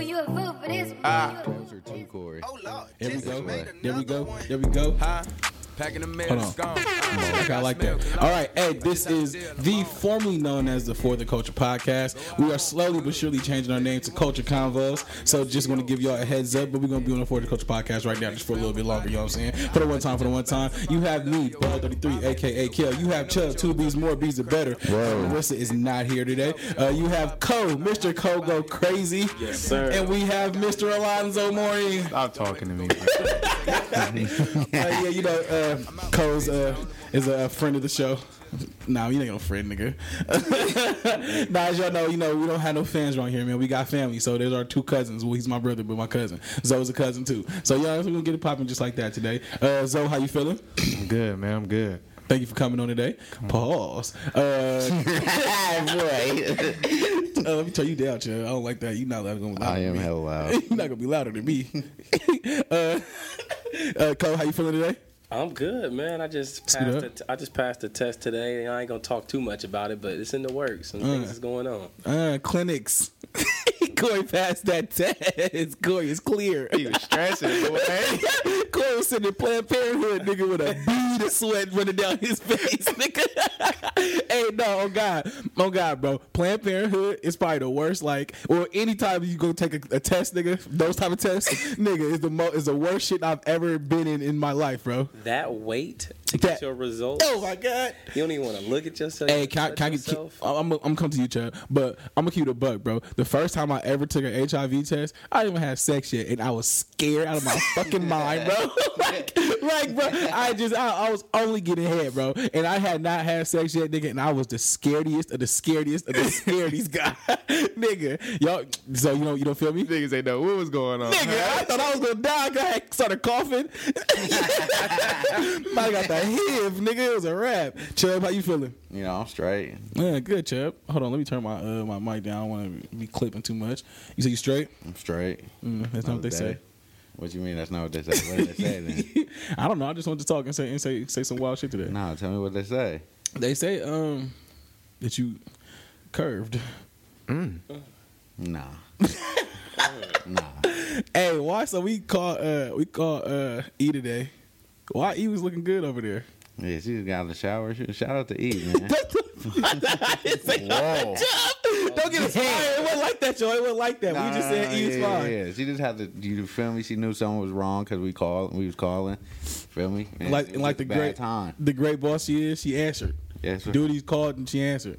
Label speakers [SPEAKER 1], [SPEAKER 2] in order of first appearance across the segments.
[SPEAKER 1] you a fool for this?
[SPEAKER 2] Ah.
[SPEAKER 3] Those are two, Corey.
[SPEAKER 4] Oh Lord,
[SPEAKER 3] Here we
[SPEAKER 4] just
[SPEAKER 3] go.
[SPEAKER 4] made
[SPEAKER 3] There we
[SPEAKER 4] another
[SPEAKER 3] go.
[SPEAKER 4] one.
[SPEAKER 3] There we go.
[SPEAKER 2] Huh? Packing the mail,
[SPEAKER 3] Hold
[SPEAKER 2] it's
[SPEAKER 3] on.
[SPEAKER 2] gone.
[SPEAKER 3] Fuck, I like that. All right, hey, this is the formerly known as the For the Culture podcast. We are slowly but surely changing our name to Culture Convos. So just want to give y'all a heads up, but we're gonna be on the For the Culture podcast right now, just for a little bit longer. You know what I'm saying? For the one time, for the one time. You have me, Bell 33, aka Kill. You have Chubb, two B's more B's the better. Marissa is not here today. Uh, you have Co, Mr. Co go crazy. Yes,
[SPEAKER 5] sir.
[SPEAKER 3] And we have Mr. Alonzo Morning.
[SPEAKER 5] Stop talking to me. bro.
[SPEAKER 3] Uh, yeah, you know, uh, Cole's uh, is a friend of the show. Nah, you ain't no friend, nigga. nah, as y'all know, you know we don't have no fans around here, man. We got family, so there's our two cousins. Well, he's my brother, but my cousin Zoe's a cousin too. So yeah, we're gonna get it popping just like that today. Uh, Zoe, how you feeling?
[SPEAKER 5] I'm good, man. I'm good.
[SPEAKER 3] Thank you for coming on today. Pause. Uh,
[SPEAKER 6] Boy.
[SPEAKER 3] uh, let me turn you down, chill. I don't like that. You not gonna. Be
[SPEAKER 6] I
[SPEAKER 3] louder
[SPEAKER 6] am
[SPEAKER 3] than me.
[SPEAKER 6] hella loud.
[SPEAKER 3] You're not gonna be louder than me. uh, uh, Cole, how you feeling today?
[SPEAKER 7] I'm good, man. I just
[SPEAKER 3] Scoot
[SPEAKER 7] passed. The
[SPEAKER 3] up.
[SPEAKER 7] t- I just passed the test today, and I ain't gonna talk too much about it, but it's in the works. Some
[SPEAKER 3] Mm.
[SPEAKER 7] things is going on.
[SPEAKER 3] Uh, clinics. Corey passed that test. Corey is clear.
[SPEAKER 5] He was stressing. boy.
[SPEAKER 3] Corey was sitting in Planned Parenthood, nigga, with a bead of sweat running down his face, nigga. hey, no, oh God, oh God, bro. Planned Parenthood is probably the worst. Like, or anytime you go take a, a test, nigga, those type of tests, nigga, is the mo- is the worst shit I've ever been in in my life, bro.
[SPEAKER 7] That wait to
[SPEAKER 3] That-
[SPEAKER 7] get your results.
[SPEAKER 3] Oh my God.
[SPEAKER 7] You don't even want to look at yourself.
[SPEAKER 3] Hey, can, I-
[SPEAKER 7] touch
[SPEAKER 3] can I get? Can,
[SPEAKER 7] yourself.
[SPEAKER 3] I'm I'm gonna come to you, Chad, but I'm gonna keep it a buck, bro. The first time I ever took an HIV test, I didn't even have sex yet, and I was scared out of my fucking mind, bro. like, like, bro, I just I, I was only getting head, bro, and I had not had sex yet, nigga, and I was the scariest of the scariest of the scariest guy, nigga. Y'all, so you know you don't feel me.
[SPEAKER 5] Niggas ain't know what was going on.
[SPEAKER 3] Nigga, I thought I was gonna die. I had- started coughing. I got the HIV, nigga. It was a wrap. Chubb, how you feeling?
[SPEAKER 6] You know, I'm straight.
[SPEAKER 3] Yeah, good, Chub. Hold on, let me turn my uh, my mic down. I don't want to be clipping too much. You say you straight?
[SPEAKER 6] I'm straight.
[SPEAKER 3] Mm, that's not what they say.
[SPEAKER 6] What you mean? That's not what they say. What did they say then?
[SPEAKER 3] I don't know. I just wanted to talk and say and say say some wild shit today.
[SPEAKER 6] No, tell me what they say.
[SPEAKER 3] They say um that you curved.
[SPEAKER 6] Nah. nah.
[SPEAKER 3] Hey, why? So we call uh we call uh E today. Why E was looking good over there?
[SPEAKER 6] Yeah, she just got in the shower. She- Shout out to E, man.
[SPEAKER 5] Whoa.
[SPEAKER 3] Don't get inspired. It wasn't like that, y'all. It wasn't like that.
[SPEAKER 6] Nah,
[SPEAKER 3] we just said
[SPEAKER 6] nah,
[SPEAKER 3] E was
[SPEAKER 6] yeah,
[SPEAKER 3] fine.
[SPEAKER 6] Yeah, she just had to. You feel me? She knew something was wrong because we called. We was calling. Feel me? And
[SPEAKER 3] Like-
[SPEAKER 6] it was
[SPEAKER 3] and like
[SPEAKER 6] just
[SPEAKER 3] the
[SPEAKER 6] bad
[SPEAKER 3] great-
[SPEAKER 6] time.
[SPEAKER 3] The great boss she is, she answered.
[SPEAKER 6] Yes, sir.
[SPEAKER 3] Duties called and she answered.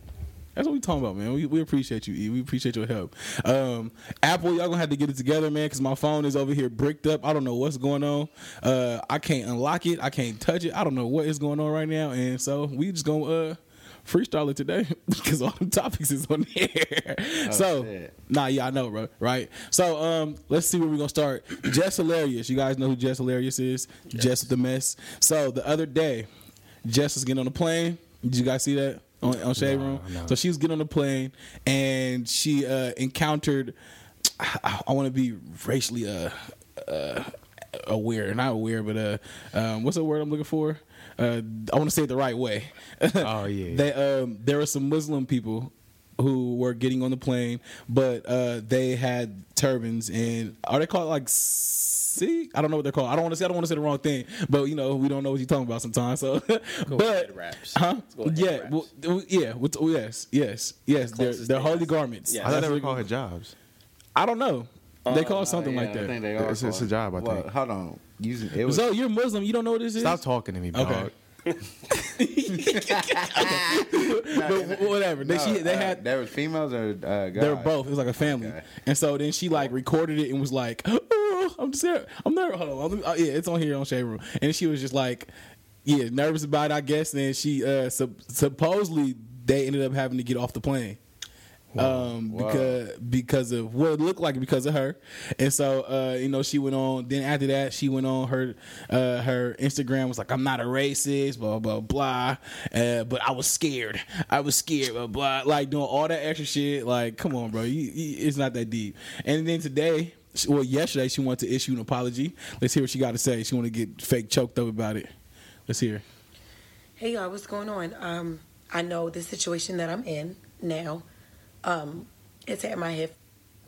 [SPEAKER 3] That's what we talking about, man. We, we appreciate you, E. We appreciate your help. Um, Apple, y'all gonna have to get it together, man, because my phone is over here bricked up. I don't know what's going on. Uh, I can't unlock it. I can't touch it. I don't know what is going on right now, and so we just gonna uh, freestyle it today because all the topics is on the air. so.
[SPEAKER 6] shit.
[SPEAKER 3] Nah, yeah, I know, bro. Right. So, um, let's see where we're gonna start. Jess Hilarious. You guys know who Jess Hilarious is? Jess with the mess. So the other day, Jess was getting on the plane. Did you guys see that on, on Shade Room? So she was getting on the plane and she uh, encountered. I, want to be racially uh, uh, aware, not aware, but uh, um, what's the word I'm looking for? Uh, I want to say it the right way.
[SPEAKER 5] Oh, yeah.
[SPEAKER 3] They um, there were some Muslim people who were getting on the plane, but uh, they had turbans and are they called like see? I don't know what they're called. I don't want to say I don't want to say the wrong thing, but you know we don't know what you're talking about sometimes. So, but
[SPEAKER 7] head wraps.
[SPEAKER 3] huh?
[SPEAKER 7] It's called head
[SPEAKER 3] Yeah,
[SPEAKER 7] wraps.
[SPEAKER 3] well, well, yeah, well, oh, yes, yes, yes. They're,
[SPEAKER 7] Closest
[SPEAKER 3] they're
[SPEAKER 7] thing I
[SPEAKER 3] holy
[SPEAKER 7] see.
[SPEAKER 3] garments.
[SPEAKER 7] Yeah.
[SPEAKER 5] I thought
[SPEAKER 3] That's
[SPEAKER 5] they were
[SPEAKER 3] what-
[SPEAKER 5] called jobs.
[SPEAKER 3] I don't know. They call it
[SPEAKER 6] Oh,
[SPEAKER 3] something
[SPEAKER 6] yeah,
[SPEAKER 3] like
[SPEAKER 6] I think
[SPEAKER 3] that.
[SPEAKER 6] they are
[SPEAKER 5] It's- it's a
[SPEAKER 6] called-
[SPEAKER 5] job, I
[SPEAKER 6] Well,
[SPEAKER 5] think.
[SPEAKER 6] Hold on. You, it was,
[SPEAKER 3] So you're Muslim. You don't know what this is.
[SPEAKER 5] Stop talking to me, dog.
[SPEAKER 3] Okay. But whatever. They, she, they
[SPEAKER 6] uh,
[SPEAKER 3] had
[SPEAKER 6] There was females or uh, guys.
[SPEAKER 3] They were both. It was like a family.
[SPEAKER 6] Okay.
[SPEAKER 3] And so then she like recorded it and was like, oh, I'm just here. I'm nervous. Hold on. Let me- oh, yeah, it's on here on Shade Room. And she was just like, yeah, nervous about it, I guess. And then she uh, sup- supposedly they ended up having to get off the plane. Um,
[SPEAKER 6] Wow.
[SPEAKER 3] because because of what it looked like because of her, and so uh, you know she went on. Then after that, she went on her uh, her Instagram was like, "I'm not a racist," blah blah blah. Uh, but I was scared. I was scared, blah blah. Like doing all that extra shit. Like, come on, bro. You, you, it's not that deep. And then today, she- well, yesterday she wanted to issue an apology. Let's hear what she got to say. She want to get fake choked up about it. Let's hear.
[SPEAKER 8] Hey y'all, what's going on? Um, I know the situation that I'm in now. Um, it's had my head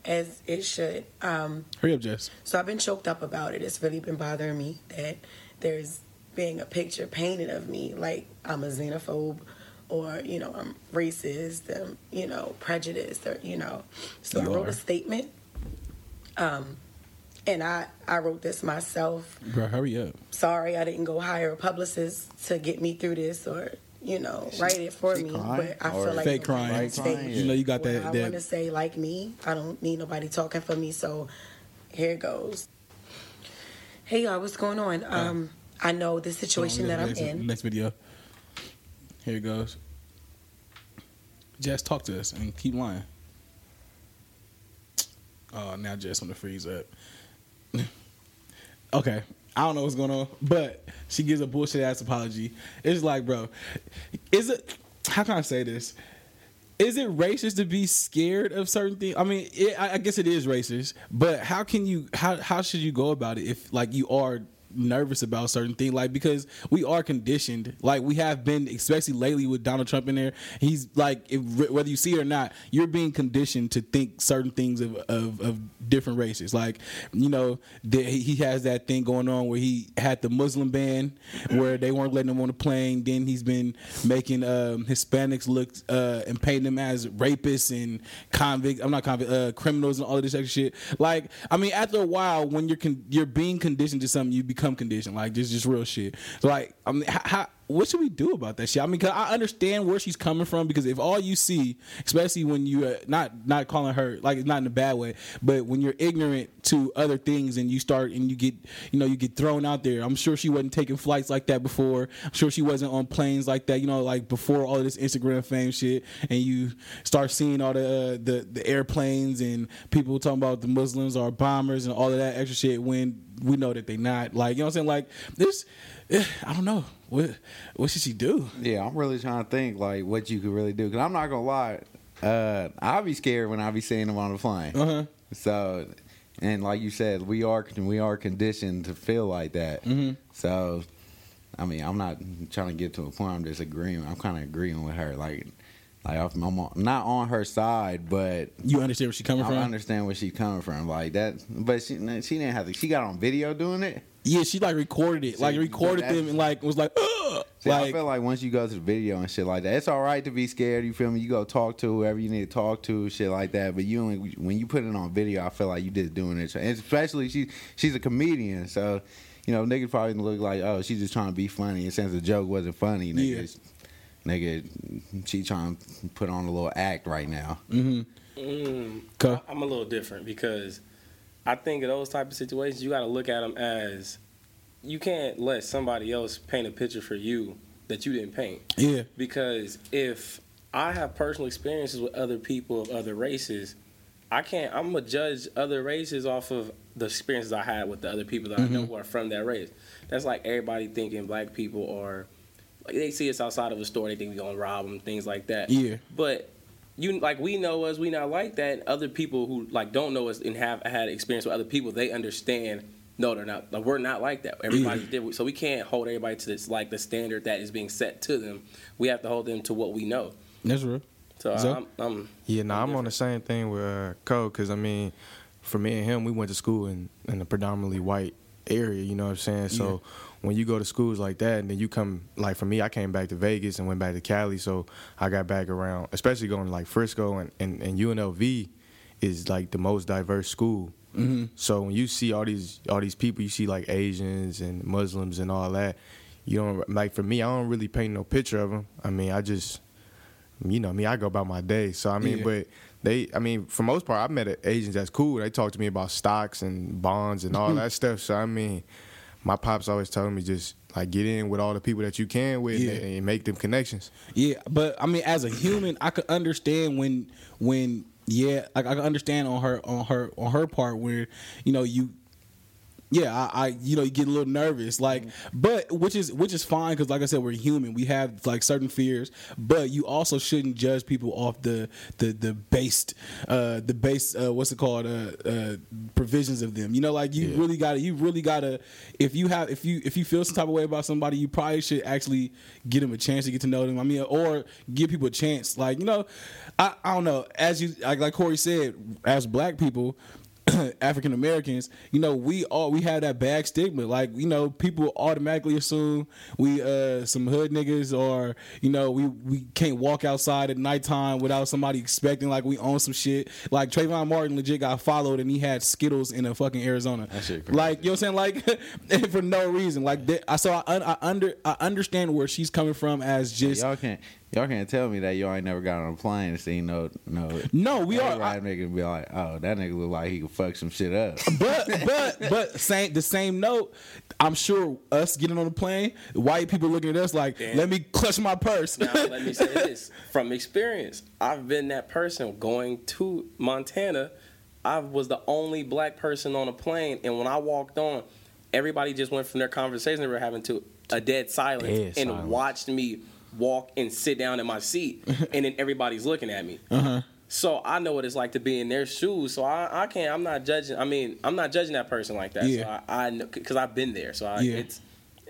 [SPEAKER 8] as it should. Um,
[SPEAKER 3] Hurry up, Jess.
[SPEAKER 8] so I've been choked up about it. It's really been bothering me that there's being a picture painted of me like I'm a xenophobe or, you know, I'm racist, um, you know, prejudiced or, you know. So
[SPEAKER 3] You
[SPEAKER 8] I wrote
[SPEAKER 3] are.
[SPEAKER 8] a statement. Um, and I, I wrote this myself.
[SPEAKER 3] Bro, hurry up.
[SPEAKER 8] Sorry I didn't go hire a publicist to get me through this or, you know, write it for
[SPEAKER 6] she
[SPEAKER 8] me.
[SPEAKER 6] crying?
[SPEAKER 8] But I
[SPEAKER 6] Or-
[SPEAKER 8] feel like
[SPEAKER 3] Fake crying.
[SPEAKER 8] it's
[SPEAKER 6] Fake
[SPEAKER 3] You know you got
[SPEAKER 8] well,
[SPEAKER 3] that.
[SPEAKER 8] I want to
[SPEAKER 3] that
[SPEAKER 8] say like me. I don't need nobody talking for me, so here goes. Hey y'all, what's going on?
[SPEAKER 3] Uh,
[SPEAKER 8] Um, I know the situation that I'm
[SPEAKER 3] next,
[SPEAKER 8] in.
[SPEAKER 3] Next video. Here it goes. Jess, talk to us and keep lying. Oh, now Jess want to freeze up. okay, I don't know what's going on, but she gives a bullshit ass apology. It's like, bro, is it? How can I say this? Is it racist to be scared of certain things? I mean, it, I, I guess it is racist, but how can you? How how should you go about it if like you are nervous about certain things? Like because we are conditioned. Like we have been, especially lately with Donald Trump in there. He's like, if, whether you see it or not, you're being conditioned to think certain things of of, of different races. Like you know, the, he he has that thing going on where he had the Muslim ban, where they weren't letting him on the plane. Then he's been making um, Hispanics look uh, and painting them as rapists and convicts. I'm not convict, uh, criminals and all of this extra shit. Like, I mean, after a while, when you're con- you're being conditioned to something, you become conditioned. Like, this is just real shit. So, like, I mean, how, how what should we do about that shit? I mean, 'cause I understand where she's coming from because if all you see, especially when you uh, not not calling her like not in a bad way, but when you're ignorant to other things and you start and you get you know you get thrown out there. I'm sure she wasn't taking flights like that before. I'm sure she wasn't on planes like that. You know, like before all this Instagram fame shit, and you start seeing all the uh, the the airplanes and people talking about the Muslims are bombers and all of that extra shit when we know that they not like you know what I'm saying like this eh, I don't know what what should she do
[SPEAKER 6] Yeah, I'm really trying to think like what you could really do. Cause I'm not gonna lie, uh, I'll be scared when I be seeing them on the plane.
[SPEAKER 3] Uh-huh.
[SPEAKER 6] So, and like you said, we are we are conditioned to feel like that. So, I mean, I'm not trying to get to a point. I'm just agreeing. I'm kind of agreeing with her. Like, like I'm I'm on- not on her side, but
[SPEAKER 3] you understand where she coming
[SPEAKER 6] I
[SPEAKER 3] from
[SPEAKER 6] understand where she's coming from. Like that, but she she didn't have to. She got on video doing it.
[SPEAKER 3] yeah she like recorded it like
[SPEAKER 6] See,
[SPEAKER 3] recorded
[SPEAKER 6] that's-
[SPEAKER 3] them and like was like Ugh!
[SPEAKER 6] See, I
[SPEAKER 3] like
[SPEAKER 6] feel like once you go to the video and shit like that, it's all right to be scared. You feel me? You go talk to whoever you need to talk to, shit like that. But you only when you put it on video, I feel like you just doing it. And especially she she's a comedian, so you know niggas probably look like oh she's just trying to be funny. And since the joke wasn't funny, niggas, nigga, she trying to put on a little act right now.
[SPEAKER 3] Mm-hmm.
[SPEAKER 7] Mm,
[SPEAKER 3] Okay.
[SPEAKER 7] I'm a little different because I think in those type of situations you got to look at them as you can't let somebody else paint a picture for you that you didn't paint.
[SPEAKER 3] yeah
[SPEAKER 7] because if I have personal experiences with other people of other races, I can't. I'm gonna judge other races off of the experiences I had with the other people that I know who are from that race. That's like everybody thinking black people are. Like they see us outside of a store, they think we gonna rob them, things like that.
[SPEAKER 3] Yeah.
[SPEAKER 7] But you like we know us, we not like that. Other people who like don't know us and have had experience with other people, they understand. No, they're not. Like, we're not like that. Everybody did. So we can't hold everybody to this like the standard that is being set to them. We have to hold them to what we know.
[SPEAKER 3] that's real
[SPEAKER 7] So
[SPEAKER 3] Zo?
[SPEAKER 7] I'm, I'm
[SPEAKER 5] Yeah, no, I'm on the same thing with uh, Cole because I mean, for me and him, we went to school in, in a predominantly white area. You know what I'm saying? So when you go to schools like that, and then you come like for me, I came back to Vegas and went back to Cali, so I got back around, especially going to like Frisco and and, and UNLV is like the most diverse school. So when you see all these all these people, you see like Asians and Muslims and all that. You don't like for me, I don't really paint no picture of them. I mean, I just you know me, I go about my day. So I mean,
[SPEAKER 3] Yeah.
[SPEAKER 5] but they, I mean, for most part, I met a- Asians that's cool. They talk to me about stocks and bonds and all that stuff. So I mean, my pops always told me just like get in with all the people that you can with
[SPEAKER 3] Yeah.
[SPEAKER 5] and, and make them connections.
[SPEAKER 3] Yeah, but I mean, as a human, I could understand when when yeah, like I could understand on her on her on her part where you know you yeah, I, I you know you get a little nervous, like, but which is which is fine because like I said, we're human. We have like certain fears, but you also shouldn't judge people off the the the based uh, the base uh, what's it called uh, uh, provisions of them. You know, like you really gotta you really gotta if you have if you if you feel some type of way about somebody, you probably should actually give them a chance to get to know them. I mean, or give people a chance. Like you know, I I don't know. As you like like Corey said, as black people. African Americans, you know, we all we have that bad stigma. Like, you know, people automatically assume we uh some hood niggas or, you know, we we can't walk outside at nighttime without somebody expecting like we own some shit. Like Trayvon Martin legit got followed and he had Skittles in a fucking Arizona. That
[SPEAKER 6] shit crazy.
[SPEAKER 3] Like, you know what I'm saying? Like and for no reason. Like that, I so I, un, I under I understand where she's coming from as just
[SPEAKER 6] Y'all can't y'all can't tell me that y'all ain't never got on a plane and seen no no.
[SPEAKER 3] No, we are-
[SPEAKER 6] Right, nigga, and be like, oh, that nigga look like he could fuck some shit up.
[SPEAKER 3] but but but same the same note. I'm sure us getting on the plane, white people looking at us like,
[SPEAKER 7] Damn.
[SPEAKER 3] let me clutch my purse.
[SPEAKER 7] Now, let me say this from experience. I've been that person going to Montana. I was the only black person on a plane, and when I walked on, everybody just went from their conversation they were having to a dead silence
[SPEAKER 5] Dead
[SPEAKER 7] and
[SPEAKER 5] silence.
[SPEAKER 7] watched me walk and sit down in my seat, and then everybody's looking at me. So I know what it's like to be in their shoes. So I, I can't. I'm not judging. I mean, I'm not judging that person like that.
[SPEAKER 3] Yeah.
[SPEAKER 7] So I, I know because I've been there. So I,
[SPEAKER 3] Yeah.
[SPEAKER 7] it's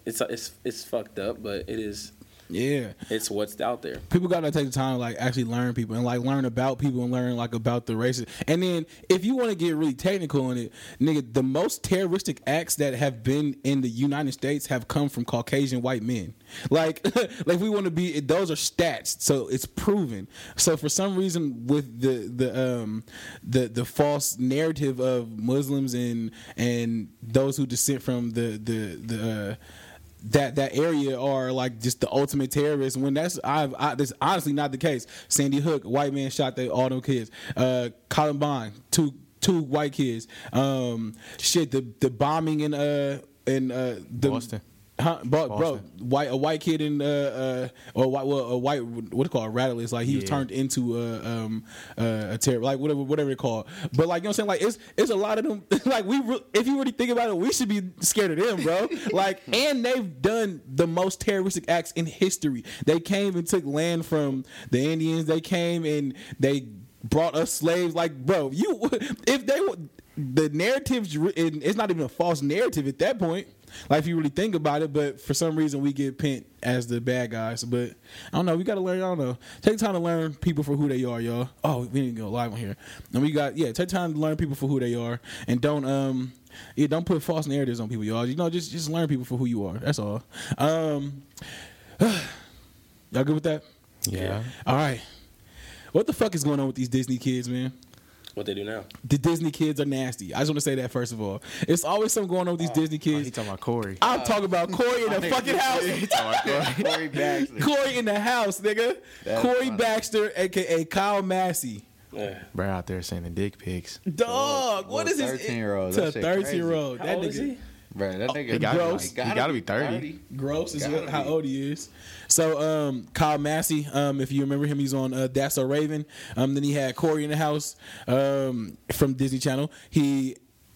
[SPEAKER 7] it's it's it's fucked up, but it is
[SPEAKER 3] yeah,
[SPEAKER 7] it's what's out there.
[SPEAKER 3] people gotta take the time to like actually learn people and like learn about people and learn like about the races. And then if you want to get really technical on it, nigga, the most terroristic acts that have been in the United States have come from Caucasian white men. Like, like we want to be those are stats, so it's proven. So for some reason, with the the um the the false narrative of Muslims and and those who dissent from the the the uh, that that area are like just the ultimate terrorists. When that's I've I, that's honestly not the case. Sandy Hook, white man shot they all them kids. Uh, Columbine, two two white kids. Um, shit, the the bombing in uh in uh the,
[SPEAKER 5] Boston.
[SPEAKER 3] Huh, bro, bro,
[SPEAKER 5] Boston.
[SPEAKER 3] white a white kid in uh, uh or white well, a white what it called rattler is like he was
[SPEAKER 5] Yeah.
[SPEAKER 3] turned into a um uh, a terror like whatever whatever it called but like you know what I'm saying like it's it's a lot of them like we re- if you really think about it we should be scared of them bro like and they've done the most terroristic acts in history they came and took land from the Indians they came and they brought us slaves like bro you if they would the narratives and it's not even a false narrative at that point like if you really think about it but for some reason we get pent as the bad guys but i don't know we gotta learn i don't know take time to learn people for who they are y'all oh we didn't go live on here and we got yeah take time to learn people for who they are and don't um yeah don't put false narratives on people y'all you know just just learn people for who you are that's all um y'all good with that
[SPEAKER 5] Yeah.
[SPEAKER 3] all right what the fuck is going on with these disney kids man
[SPEAKER 7] What they do now?
[SPEAKER 3] the Disney kids are nasty. I just want to say that first of all. It's always something going on with these Disney
[SPEAKER 5] Oh, he
[SPEAKER 3] kids.
[SPEAKER 5] talking about Corey.
[SPEAKER 3] I'll talk about Corey in the fucking house.
[SPEAKER 5] He talking about Corey.
[SPEAKER 6] Corey Baxter.
[SPEAKER 3] Corey in the house, nigga.
[SPEAKER 6] That's
[SPEAKER 3] Corey
[SPEAKER 6] funny.
[SPEAKER 3] Baxter, aka Kyle Massey.
[SPEAKER 7] Yeah.
[SPEAKER 5] Bro out there sending dick pics.
[SPEAKER 3] Dog, what is this?
[SPEAKER 6] 13-year-old.
[SPEAKER 3] To
[SPEAKER 6] That
[SPEAKER 3] a
[SPEAKER 6] shit
[SPEAKER 3] 13 year old.
[SPEAKER 7] How
[SPEAKER 3] That
[SPEAKER 7] old is
[SPEAKER 3] nigga
[SPEAKER 7] he?
[SPEAKER 6] Bro, that nigga
[SPEAKER 5] He gotta,
[SPEAKER 3] gross.
[SPEAKER 5] He gotta be 30.
[SPEAKER 3] gross is
[SPEAKER 6] Gotta
[SPEAKER 3] how
[SPEAKER 6] be.
[SPEAKER 3] old he is. So um, Kyle Massey, um, if you remember him, he's on uh, That's a Raven. Um, then he had Corey in the house um, from Disney Channel. He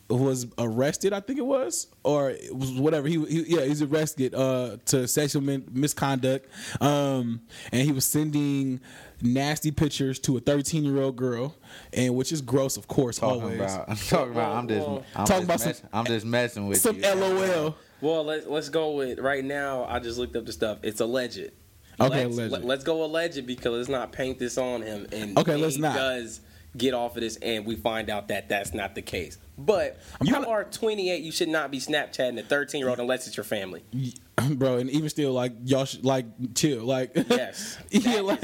[SPEAKER 3] was arrested, I think it was, or it was whatever. He, he yeah, he's arrested uh, to sexual min- misconduct, um, and he was sending nasty pictures to a 13 year old girl, and which is gross, of course,
[SPEAKER 6] Talking
[SPEAKER 3] always.
[SPEAKER 6] about, I'm talking about, I'm just,
[SPEAKER 7] Well,
[SPEAKER 6] I'm
[SPEAKER 3] Talking
[SPEAKER 6] just
[SPEAKER 3] about some-
[SPEAKER 6] mess, I'm just messing with
[SPEAKER 3] Some
[SPEAKER 6] you.
[SPEAKER 3] LOL.
[SPEAKER 7] Well, let's let's go with right now. I just looked up the stuff. It's alleged.
[SPEAKER 3] Okay,
[SPEAKER 7] let's,
[SPEAKER 3] alleged.
[SPEAKER 7] Let, us go alleged because let's not paint this on him. And
[SPEAKER 3] Okay, let's
[SPEAKER 7] he
[SPEAKER 3] not.
[SPEAKER 7] Does get off of this, and we find out that that's not the case. But
[SPEAKER 3] I'm
[SPEAKER 7] you
[SPEAKER 3] kinda-
[SPEAKER 7] are 28. You should not be Snapchatting a 13 year old unless it's your family.
[SPEAKER 3] bro and even still like y'all should like chill like
[SPEAKER 7] Yes.
[SPEAKER 3] yeah like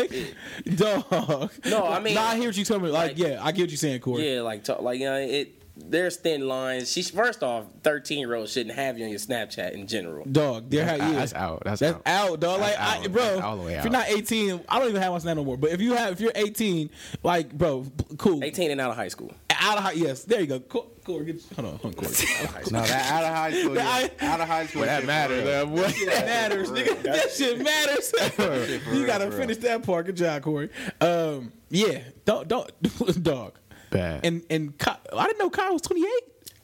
[SPEAKER 3] dog
[SPEAKER 7] No, I mean-
[SPEAKER 3] nah, i hear what you tell me like,
[SPEAKER 7] Like-
[SPEAKER 3] yeah i get what you're saying corey
[SPEAKER 7] Yeah, like talk, like you know, it. There's thin lines. She's first off, 13 year olds shouldn't have you on your Snapchat in general.
[SPEAKER 3] dog there
[SPEAKER 5] That's-
[SPEAKER 3] ha- yeah.
[SPEAKER 5] that's out. That's out.
[SPEAKER 3] dog
[SPEAKER 5] That's
[SPEAKER 3] like I,
[SPEAKER 5] out.
[SPEAKER 3] bro
[SPEAKER 5] That's all the way
[SPEAKER 3] if
[SPEAKER 5] out.
[SPEAKER 3] you're not 18 i don't even have my snap no more but if you have if you're 18 like bro p- cool
[SPEAKER 7] 18 and out of high school.
[SPEAKER 3] out of high yes there you go Co- corey get hold on, hold on corey
[SPEAKER 6] No, that out of high school. Yeah.
[SPEAKER 3] That I-
[SPEAKER 6] Out of high school.
[SPEAKER 5] Well, that
[SPEAKER 6] shit
[SPEAKER 5] matters.
[SPEAKER 6] for real.
[SPEAKER 5] That boy.
[SPEAKER 3] that matters, nigga. That shit matters.
[SPEAKER 6] for
[SPEAKER 3] you
[SPEAKER 6] real,
[SPEAKER 3] gotta
[SPEAKER 6] for real.
[SPEAKER 3] finish that part. Good job, Corey. Um, yeah, don't, don't, dog.
[SPEAKER 5] Bad.
[SPEAKER 3] And and Ky- I didn't know Kyle was 28.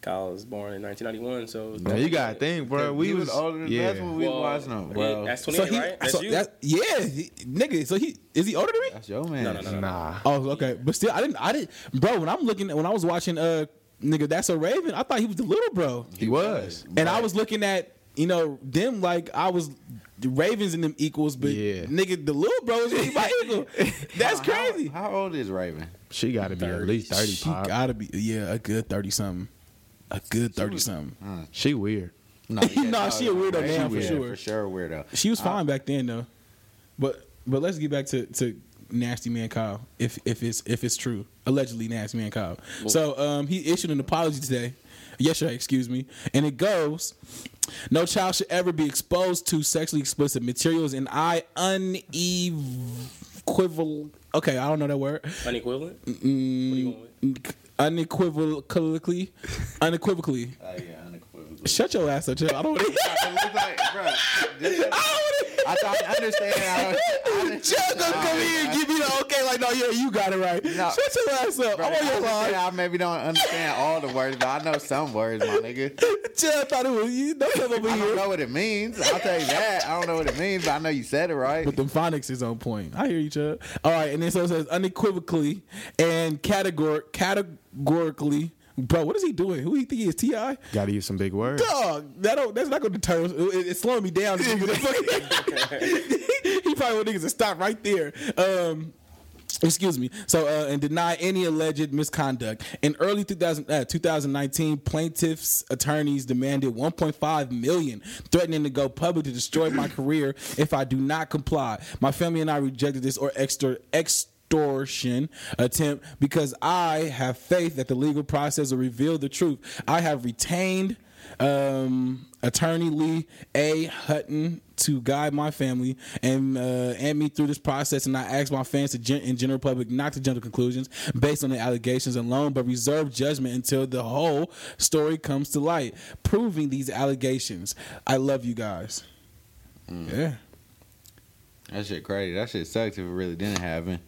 [SPEAKER 7] Kyle was born in 1991, so
[SPEAKER 5] Now you gotta think, bro. We
[SPEAKER 6] He
[SPEAKER 5] was,
[SPEAKER 6] older. Than
[SPEAKER 5] yeah.
[SPEAKER 6] That's what we
[SPEAKER 7] Well,
[SPEAKER 6] watching on.
[SPEAKER 7] yeah,
[SPEAKER 6] Well,
[SPEAKER 7] that's
[SPEAKER 6] that's,
[SPEAKER 7] 28,
[SPEAKER 3] he,
[SPEAKER 7] right? That's
[SPEAKER 3] so
[SPEAKER 7] you.
[SPEAKER 3] that- yeah, he, nigga. So he is he older than me?
[SPEAKER 6] your man.
[SPEAKER 7] No, no, no.
[SPEAKER 5] Nah.
[SPEAKER 3] Oh, okay. But still, I didn't. I didn't, bro. When I'm looking, at when I was watching, uh, nigga, that's a Raven. I thought he was the little bro,
[SPEAKER 5] He was.
[SPEAKER 3] and I was looking at you know them like I was the Ravens and them equals, but
[SPEAKER 5] Yeah.
[SPEAKER 3] nigga, the little bro is really my equal. That's
[SPEAKER 6] How-
[SPEAKER 3] crazy.
[SPEAKER 6] How, old is Raven?
[SPEAKER 5] She gotta be at least thirty
[SPEAKER 3] She
[SPEAKER 5] five.
[SPEAKER 3] gotta be yeah, a good thirty something, a good thirty something.
[SPEAKER 5] She weird.
[SPEAKER 6] No,
[SPEAKER 3] Nah, she a weirdo
[SPEAKER 6] Raven-
[SPEAKER 3] now, for
[SPEAKER 6] yeah,
[SPEAKER 3] sure.
[SPEAKER 6] For sure, weirdo.
[SPEAKER 3] She was fine back then though, but but let's get back to to nasty man Kyle if if it's if it's true allegedly nasty man Kyle. So um, he issued an apology today, yesterday, excuse me, and it goes. No child should ever be exposed to sexually explicit materials, and I unequivocal. Okay, I don't know that word.
[SPEAKER 7] unequivalent. What do you want with?
[SPEAKER 3] Unequivocally, unequivocally.
[SPEAKER 6] Oh, yeah, unequivocally.
[SPEAKER 3] Shut your ass up, chill. I don't want to.
[SPEAKER 6] It was like, bro, this- I thought I understand. how-
[SPEAKER 3] Chad gonna come here and give me the okay, like, no, yeah, you got it right.
[SPEAKER 6] No.
[SPEAKER 3] Shut your ass up.
[SPEAKER 6] Bro,
[SPEAKER 3] I'm on your
[SPEAKER 6] I,
[SPEAKER 3] line.
[SPEAKER 6] understand I maybe don't understand all the words, but I know some words, my nigga.
[SPEAKER 3] Chad thought it was you. Don't come over
[SPEAKER 6] I don't
[SPEAKER 3] here.
[SPEAKER 6] know what it means. I'll tell you that. I don't know what it means, but I know you said it right.
[SPEAKER 3] But the phonics is on point. I hear you, Chad. All right, and then so it says unequivocally and categor- categorically. Bro, what is he doing? Who he think he is? Ti?
[SPEAKER 5] Gotta use some big words.
[SPEAKER 3] Dog, that don't, that's not gonna deter. us. It, it's slowing me down. to give you the fucking- he probably want niggas to stop right there. Um, Excuse me. So, uh, and deny any alleged misconduct. In early 2000, uh, 2019, plaintiffs' attorneys demanded 1.5 million, threatening to go public to destroy my career if I do not comply. My family and I rejected this or extra extortion attempt because I have faith that the legal process will reveal the truth. I have retained um, attorney Lee A. Hutton to guide my family and uh, and me through this process. And I ask my fans to gen- and general public not to jump to conclusions based on the allegations alone, but reserve judgment until the whole story comes to light, proving these allegations. I love you guys. Yeah.
[SPEAKER 6] That shit crazy. That shit sucks if it really didn't happen.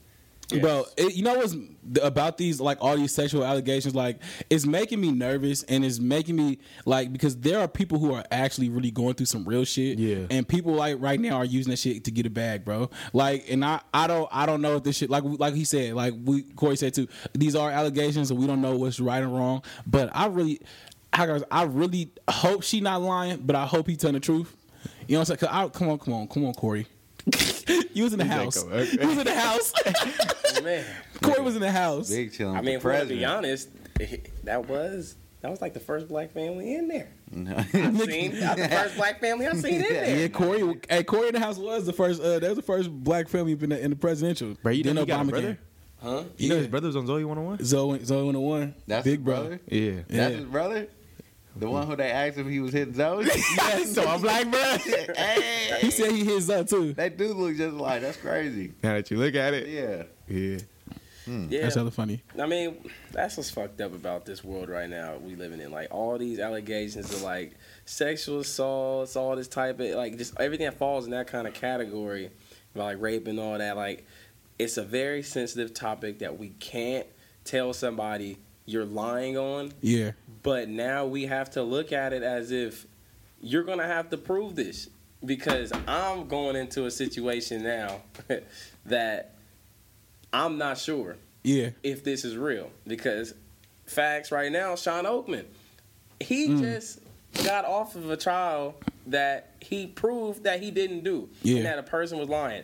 [SPEAKER 7] Yes.
[SPEAKER 3] Bro, it, you know what's th- about these like all these sexual allegations? Like, it's making me nervous, and it's making me like because there are people who are actually really going through some real shit,
[SPEAKER 5] Yeah.
[SPEAKER 3] And people like right now are using that shit to get a bag, bro. Like, and I I don't I don't know if this shit like like he said like we Corey said too. These are allegations, and we don't know what's right and wrong. But I really, I gotta- I really hope she not lying, but I hope he telling the truth. You know what I'm saying? 'Cause I, come on, come on, come on, Corey. you was in the house.
[SPEAKER 5] Jacob, okay.
[SPEAKER 3] You was in the house.
[SPEAKER 7] Man,
[SPEAKER 3] Corey was in the house.
[SPEAKER 6] Big chilling.
[SPEAKER 7] I
[SPEAKER 6] with
[SPEAKER 7] mean, if
[SPEAKER 6] the
[SPEAKER 7] we're to be
[SPEAKER 6] president.
[SPEAKER 7] honest, that was that was like the first black family in there.
[SPEAKER 3] Nigga.
[SPEAKER 7] Seen that was the first black family I've seen in there.
[SPEAKER 3] Yeah, Corey. Hey, Corey in the house was the first. Uh, that was the first black family in the, in the presidential.
[SPEAKER 5] Bro, you
[SPEAKER 3] Then
[SPEAKER 5] know he got a brother?
[SPEAKER 7] Huh?
[SPEAKER 5] You know
[SPEAKER 3] Yeah.
[SPEAKER 5] his brother's on Zoe 101?
[SPEAKER 3] Zoe, Zoe 101.
[SPEAKER 6] That's
[SPEAKER 3] big
[SPEAKER 6] his
[SPEAKER 3] brother.
[SPEAKER 6] brother?
[SPEAKER 5] Yeah.
[SPEAKER 6] That's
[SPEAKER 3] Yeah.
[SPEAKER 6] his brother? The one who they asked if he was hitting Zoe?
[SPEAKER 3] Yes, so I'm black, bro.
[SPEAKER 6] hey,
[SPEAKER 3] he said he hits up too.
[SPEAKER 6] that dude look just like that's crazy.
[SPEAKER 5] Now that you look at it.
[SPEAKER 6] Yeah.
[SPEAKER 5] Yeah.
[SPEAKER 7] Yeah.
[SPEAKER 3] That's hella funny.
[SPEAKER 7] I mean, that's what's fucked up about this world right now we living in. Like all these allegations of like sexual assaults, all this type of like just everything that falls in that kind of category about like rape and all that. Like it's a very sensitive topic that we can't tell somebody you're lying on.
[SPEAKER 3] Yeah,
[SPEAKER 7] But now we have to look at it as if you're gonna have to prove this because I'm going into a situation now that I'm not sure
[SPEAKER 3] yeah,
[SPEAKER 7] if this is real because facts right now sean oakman he
[SPEAKER 3] Mm.
[SPEAKER 7] just got off of a trial that he proved that he didn't do
[SPEAKER 3] Yeah.
[SPEAKER 7] and that a person was lying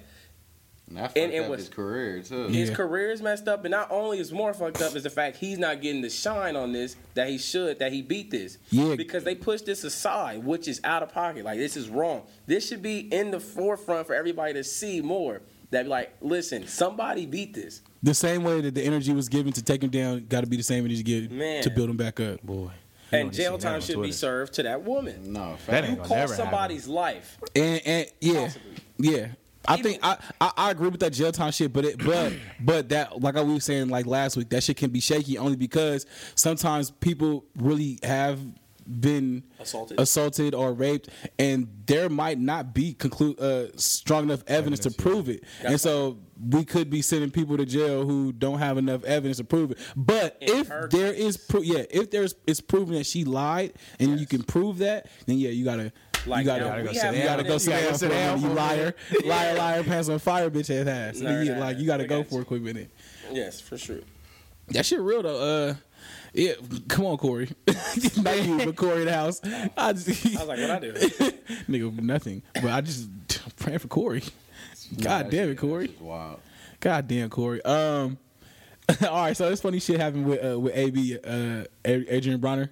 [SPEAKER 6] And that fucked
[SPEAKER 7] And it
[SPEAKER 6] up
[SPEAKER 7] was-
[SPEAKER 6] his career too.
[SPEAKER 3] Yeah.
[SPEAKER 7] his career is messed up and not only is more fucked up is the fact he's not getting the shine on this that he should that he beat this
[SPEAKER 3] Yeah.
[SPEAKER 7] because they pushed this aside which is out of pocket like this is wrong this should be in the forefront for everybody to see more that like listen somebody beat this
[SPEAKER 3] the same way that the energy was given to take him down, got to be the same energy given
[SPEAKER 7] Man.
[SPEAKER 3] to build him back up.
[SPEAKER 5] Boy.
[SPEAKER 7] and jail time should be served to that woman
[SPEAKER 6] No,
[SPEAKER 5] That
[SPEAKER 6] fact.
[SPEAKER 5] ain't
[SPEAKER 7] you
[SPEAKER 5] gonna
[SPEAKER 7] cost
[SPEAKER 5] never happen.
[SPEAKER 7] somebody's life.
[SPEAKER 3] And, and yeah,
[SPEAKER 7] Possibly.
[SPEAKER 3] yeah. I
[SPEAKER 7] Even-
[SPEAKER 3] think I, I, I agree with that jail time shit, but it but but that like I was saying like last week, that shit can be shaky only because sometimes people really have been
[SPEAKER 7] Assaulted.
[SPEAKER 3] assaulted or raped, and there might not be conclu- uh, strong enough evidence, to prove it. and so we could be sending people to jail who don't have enough evidence to proof it. But
[SPEAKER 7] In
[SPEAKER 3] if
[SPEAKER 7] her
[SPEAKER 3] there is proof, yeah, if there's it's proven that she lied, and you can prove that, then yeah, you gotta.
[SPEAKER 7] Like,
[SPEAKER 3] you gotta,
[SPEAKER 7] now
[SPEAKER 5] we
[SPEAKER 3] you
[SPEAKER 5] have
[SPEAKER 3] gotta, go
[SPEAKER 7] evidence.
[SPEAKER 3] sit down for a minute, you liar, liar, liar, pants on fire, bitch ass ass.
[SPEAKER 7] Nerd
[SPEAKER 3] yeah, like you gotta
[SPEAKER 7] ass.
[SPEAKER 3] go
[SPEAKER 7] I got
[SPEAKER 3] for a
[SPEAKER 7] you.
[SPEAKER 3] quick minute.
[SPEAKER 7] Yes, for sure.
[SPEAKER 3] That shit real though. Uh, yeah, come on, Corey. Not you, but Corey in the house. I, just,
[SPEAKER 7] I was like, what I do?
[SPEAKER 3] nigga, nothing. But I just praying for Corey. God damn it, Corey.
[SPEAKER 6] Wow.
[SPEAKER 3] God damn, Corey. Um, all right. So this funny shit happened with uh, with AB uh, A- Adrian Bronner.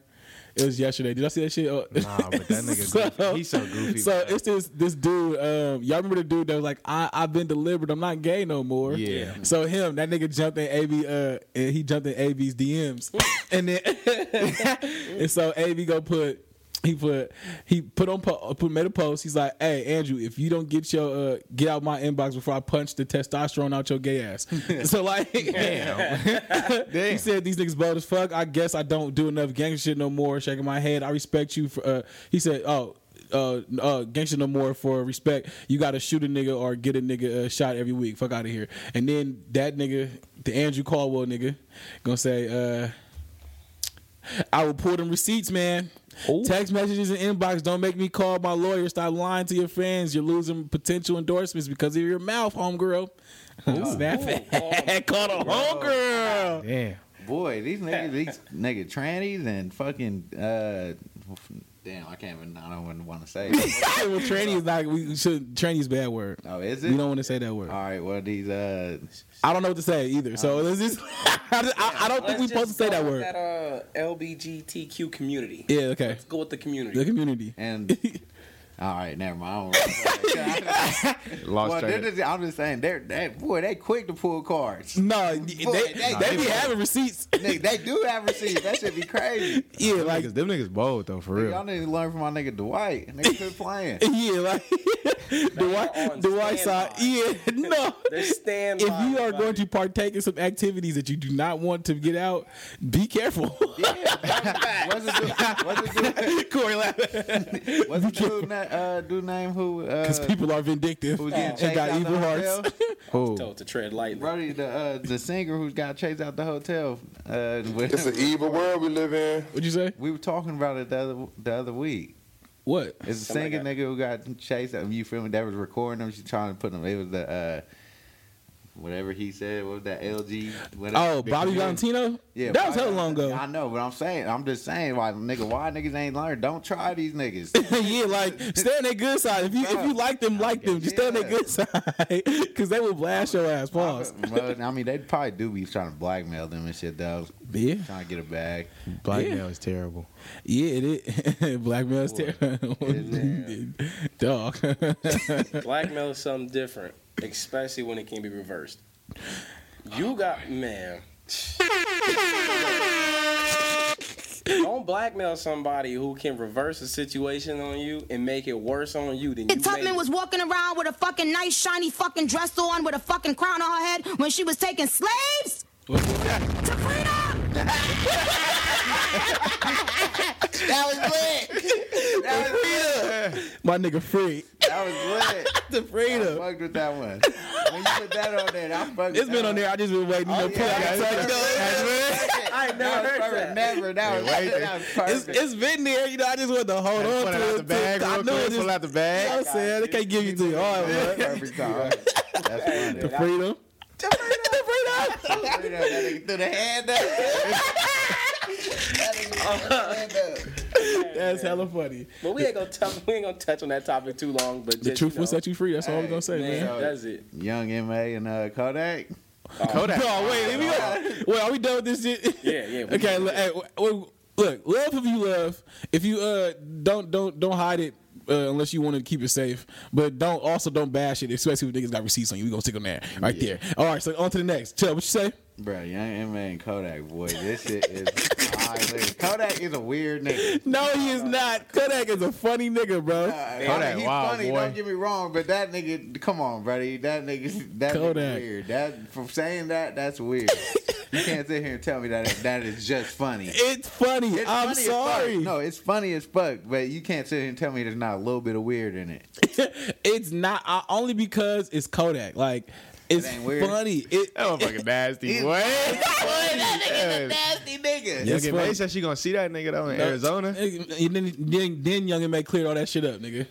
[SPEAKER 3] It was yesterday. Did I see that shit? Oh.
[SPEAKER 5] Nah, but that nigga, goofy. he's so goofy.
[SPEAKER 3] So
[SPEAKER 5] man.
[SPEAKER 3] it's this this dude. Um, y'all remember the dude that was like, I I've been delivered. I'm not gay no more.
[SPEAKER 5] Yeah.
[SPEAKER 3] So him, that nigga jumped in AB. Uh, and he jumped in AB's DMs, and then and so AB go put. He put he put on po- put made a post. He's like, "Hey Andrew, if you don't get your uh, get out my inbox before I punch the testosterone out your gay ass." so like, he said these niggas bold as fuck. I guess I don't do enough gangster shit no more. Shaking my head. I respect you for. Uh, he said, oh. Uh, uh, gangster no more for respect. You got to shoot a nigga or get a nigga uh, shot every week. Fuck out of here. And then that nigga, the Andrew Caldwell nigga, gonna say, uh, I will pull them receipts, man. Text messages and inbox. Don't make me call my lawyer. Stop lying to your fans. You're losing potential endorsements because of your mouth, homegirl. Snap it. Called a homegirl.
[SPEAKER 5] damn.
[SPEAKER 6] Boy, these niggas, these nigga trannies and fucking. Uh, damn, I can't even. I don't even want to say. it.
[SPEAKER 3] well, tranny is not. We should. Tranny is a bad word.
[SPEAKER 6] Oh, is it? Oh,
[SPEAKER 3] We don't want to say that word.
[SPEAKER 6] All right, well these uh,
[SPEAKER 3] I don't know what to say either. So
[SPEAKER 6] oh.
[SPEAKER 3] let's just. I, I don't think we're supposed to say that word.
[SPEAKER 7] That uh, LBGTQ community.
[SPEAKER 3] Yeah. Okay.
[SPEAKER 7] Let's go with the community.
[SPEAKER 3] The community.
[SPEAKER 6] and all right, never mind. I don't
[SPEAKER 5] Lost
[SPEAKER 6] well,
[SPEAKER 5] track
[SPEAKER 6] they're
[SPEAKER 5] of-
[SPEAKER 6] just, I'm just saying, they're they, boy, they quick to pull cards.
[SPEAKER 3] No, they, they,
[SPEAKER 6] they-
[SPEAKER 3] be having receipts.
[SPEAKER 6] Nigga, they do have receipts. That should be crazy.
[SPEAKER 3] yeah,
[SPEAKER 5] Them
[SPEAKER 3] like
[SPEAKER 5] niggas, them niggas bold though, for real.
[SPEAKER 6] Y'all need to learn from my nigga Dwight. Nigga quit playing.
[SPEAKER 3] yeah, like the
[SPEAKER 7] They're
[SPEAKER 3] white
[SPEAKER 7] on
[SPEAKER 3] the white side.
[SPEAKER 7] standby.
[SPEAKER 3] Yeah, no.
[SPEAKER 7] They're standby.
[SPEAKER 3] if you are
[SPEAKER 7] buddy.
[SPEAKER 3] going to partake in some activities that you do not want to get out, be careful.
[SPEAKER 6] Yeah, what's the dude? What's the dude?
[SPEAKER 3] Corey laughing
[SPEAKER 6] What's the dude, na- uh, dude name who uh,
[SPEAKER 3] because people are vindictive
[SPEAKER 6] who was getting
[SPEAKER 3] and
[SPEAKER 6] chased
[SPEAKER 3] got
[SPEAKER 6] out
[SPEAKER 3] evil
[SPEAKER 6] the
[SPEAKER 3] hearts.
[SPEAKER 6] hotel?
[SPEAKER 5] Who?
[SPEAKER 7] told to tread lightly.
[SPEAKER 6] Brody, the uh, the singer who got chased out the hotel. Uh, with-
[SPEAKER 1] It's an evil world we live in.
[SPEAKER 3] What'd you say?
[SPEAKER 6] we were talking about it the other the other week.
[SPEAKER 3] What?
[SPEAKER 6] It's a
[SPEAKER 7] Somebody
[SPEAKER 6] singer
[SPEAKER 7] got-
[SPEAKER 6] nigga who got chased out. You feel me? That was recording him. She trying to put him. It was the uh, whatever he said. What was that LG? Whatever.
[SPEAKER 3] Oh, Bobby Valentino.
[SPEAKER 6] Yeah,
[SPEAKER 3] that was
[SPEAKER 6] Bobby
[SPEAKER 3] hell long
[SPEAKER 6] Valentino.
[SPEAKER 3] ago.
[SPEAKER 6] I know, but I'm saying, I'm just saying, why nigga, why niggas ain't learned? Don't try these niggas.
[SPEAKER 3] yeah, like stay on their good side. If you if you like them, like them. Just stay on their
[SPEAKER 6] Yeah.
[SPEAKER 3] good side because they will blast your ass. Pause.
[SPEAKER 6] Well, I mean, they probably do be trying to blackmail them and shit though.
[SPEAKER 3] Yeah,
[SPEAKER 6] Trying to get a bag.
[SPEAKER 5] Blackmail is terrible.
[SPEAKER 3] yeah, it is. Blackmail is terrible.
[SPEAKER 6] It
[SPEAKER 3] Dog.
[SPEAKER 7] Blackmail is something different, especially when it can be reversed. You got man. Don't blackmail somebody who can reverse a situation on you and make it worse on you than you.
[SPEAKER 2] And Tubman
[SPEAKER 7] made it.
[SPEAKER 2] was walking around with a fucking nice shiny fucking dress on with a fucking crown on her head when she was taking slaves to freedom.
[SPEAKER 6] That was lit. That was lit.
[SPEAKER 3] My nigga free.
[SPEAKER 6] That was lit.
[SPEAKER 3] The
[SPEAKER 6] I
[SPEAKER 3] freedom.
[SPEAKER 6] fucked with that one. When you put that on there, I fucked with
[SPEAKER 3] It's
[SPEAKER 6] that
[SPEAKER 3] been on
[SPEAKER 6] one.
[SPEAKER 3] there. I just been waiting. You know, put out the title.
[SPEAKER 7] I ain't never heard that.
[SPEAKER 6] Never. That was, that was
[SPEAKER 3] It's,
[SPEAKER 6] perfect.
[SPEAKER 3] it's been there. You know, I just wanted to hold on
[SPEAKER 5] Pull it
[SPEAKER 3] to
[SPEAKER 5] out
[SPEAKER 3] it.
[SPEAKER 5] the bag
[SPEAKER 3] to- I
[SPEAKER 5] real
[SPEAKER 3] know
[SPEAKER 5] quick.
[SPEAKER 3] it just-
[SPEAKER 5] Pull out the
[SPEAKER 3] you know
[SPEAKER 5] bag.
[SPEAKER 3] what I'm saying? They can't give you to you. All right, man.
[SPEAKER 6] perfect time. That's funny.
[SPEAKER 3] The freedom. The freedom.
[SPEAKER 6] That nigga threw the hand up. That nigga threw the hand up.
[SPEAKER 3] That's hella funny.
[SPEAKER 7] But we ain't gonna touch. We ain't gonna touch on that topic too long. But
[SPEAKER 3] The
[SPEAKER 7] just,
[SPEAKER 3] truth
[SPEAKER 7] you know,
[SPEAKER 3] will set you free. That's all I'm gonna say, man.
[SPEAKER 7] Man, that's it.
[SPEAKER 6] Young Ma and uh, Kodak.
[SPEAKER 5] Kodak.
[SPEAKER 3] No, wait, we wait, are we done with this shit?
[SPEAKER 7] Yeah, yeah, we
[SPEAKER 3] okay,
[SPEAKER 7] done
[SPEAKER 3] look, hey, w- look, love if you love. If you uh don't don't don't hide it. Uh, unless you want to keep it safe, but don't also don't bash it, especially if niggas got receipts on you. We gonna stick on that right there. All right, so on to the next. Chubb, what you say?
[SPEAKER 6] Bro, Young Ma and Kodak, boy, this shit is violent. Kodak is a weird nigga.
[SPEAKER 3] No, he is not. Kodak is a funny nigga, bro.
[SPEAKER 5] Kodak,
[SPEAKER 6] he's
[SPEAKER 5] wow,
[SPEAKER 6] funny.
[SPEAKER 5] boy.
[SPEAKER 6] Don't get me wrong, but that nigga, come on, buddy, that nigga, that nigga
[SPEAKER 3] Kodak.
[SPEAKER 6] weird. That from saying that, that's weird. You can't sit here and tell me that that is just funny.
[SPEAKER 3] It's funny.
[SPEAKER 6] It's
[SPEAKER 3] I'm
[SPEAKER 6] funny as fuck.
[SPEAKER 3] sorry.
[SPEAKER 6] No, it's funny as fuck, but you can't sit here and tell me there's not a little bit of weird in it.
[SPEAKER 3] it's not I, only because it's Kodak. Like it's
[SPEAKER 6] ain't weird.
[SPEAKER 3] funny. It,
[SPEAKER 5] That motherfucker nasty.
[SPEAKER 6] He's-
[SPEAKER 5] What?
[SPEAKER 6] that nigga's a nasty nigga.
[SPEAKER 3] Yeah.
[SPEAKER 5] Young
[SPEAKER 3] It's
[SPEAKER 5] and
[SPEAKER 3] funny.
[SPEAKER 5] May said she gonna see that nigga down in Arizona.
[SPEAKER 3] And then, then, then Young and May cleared all that shit up, nigga.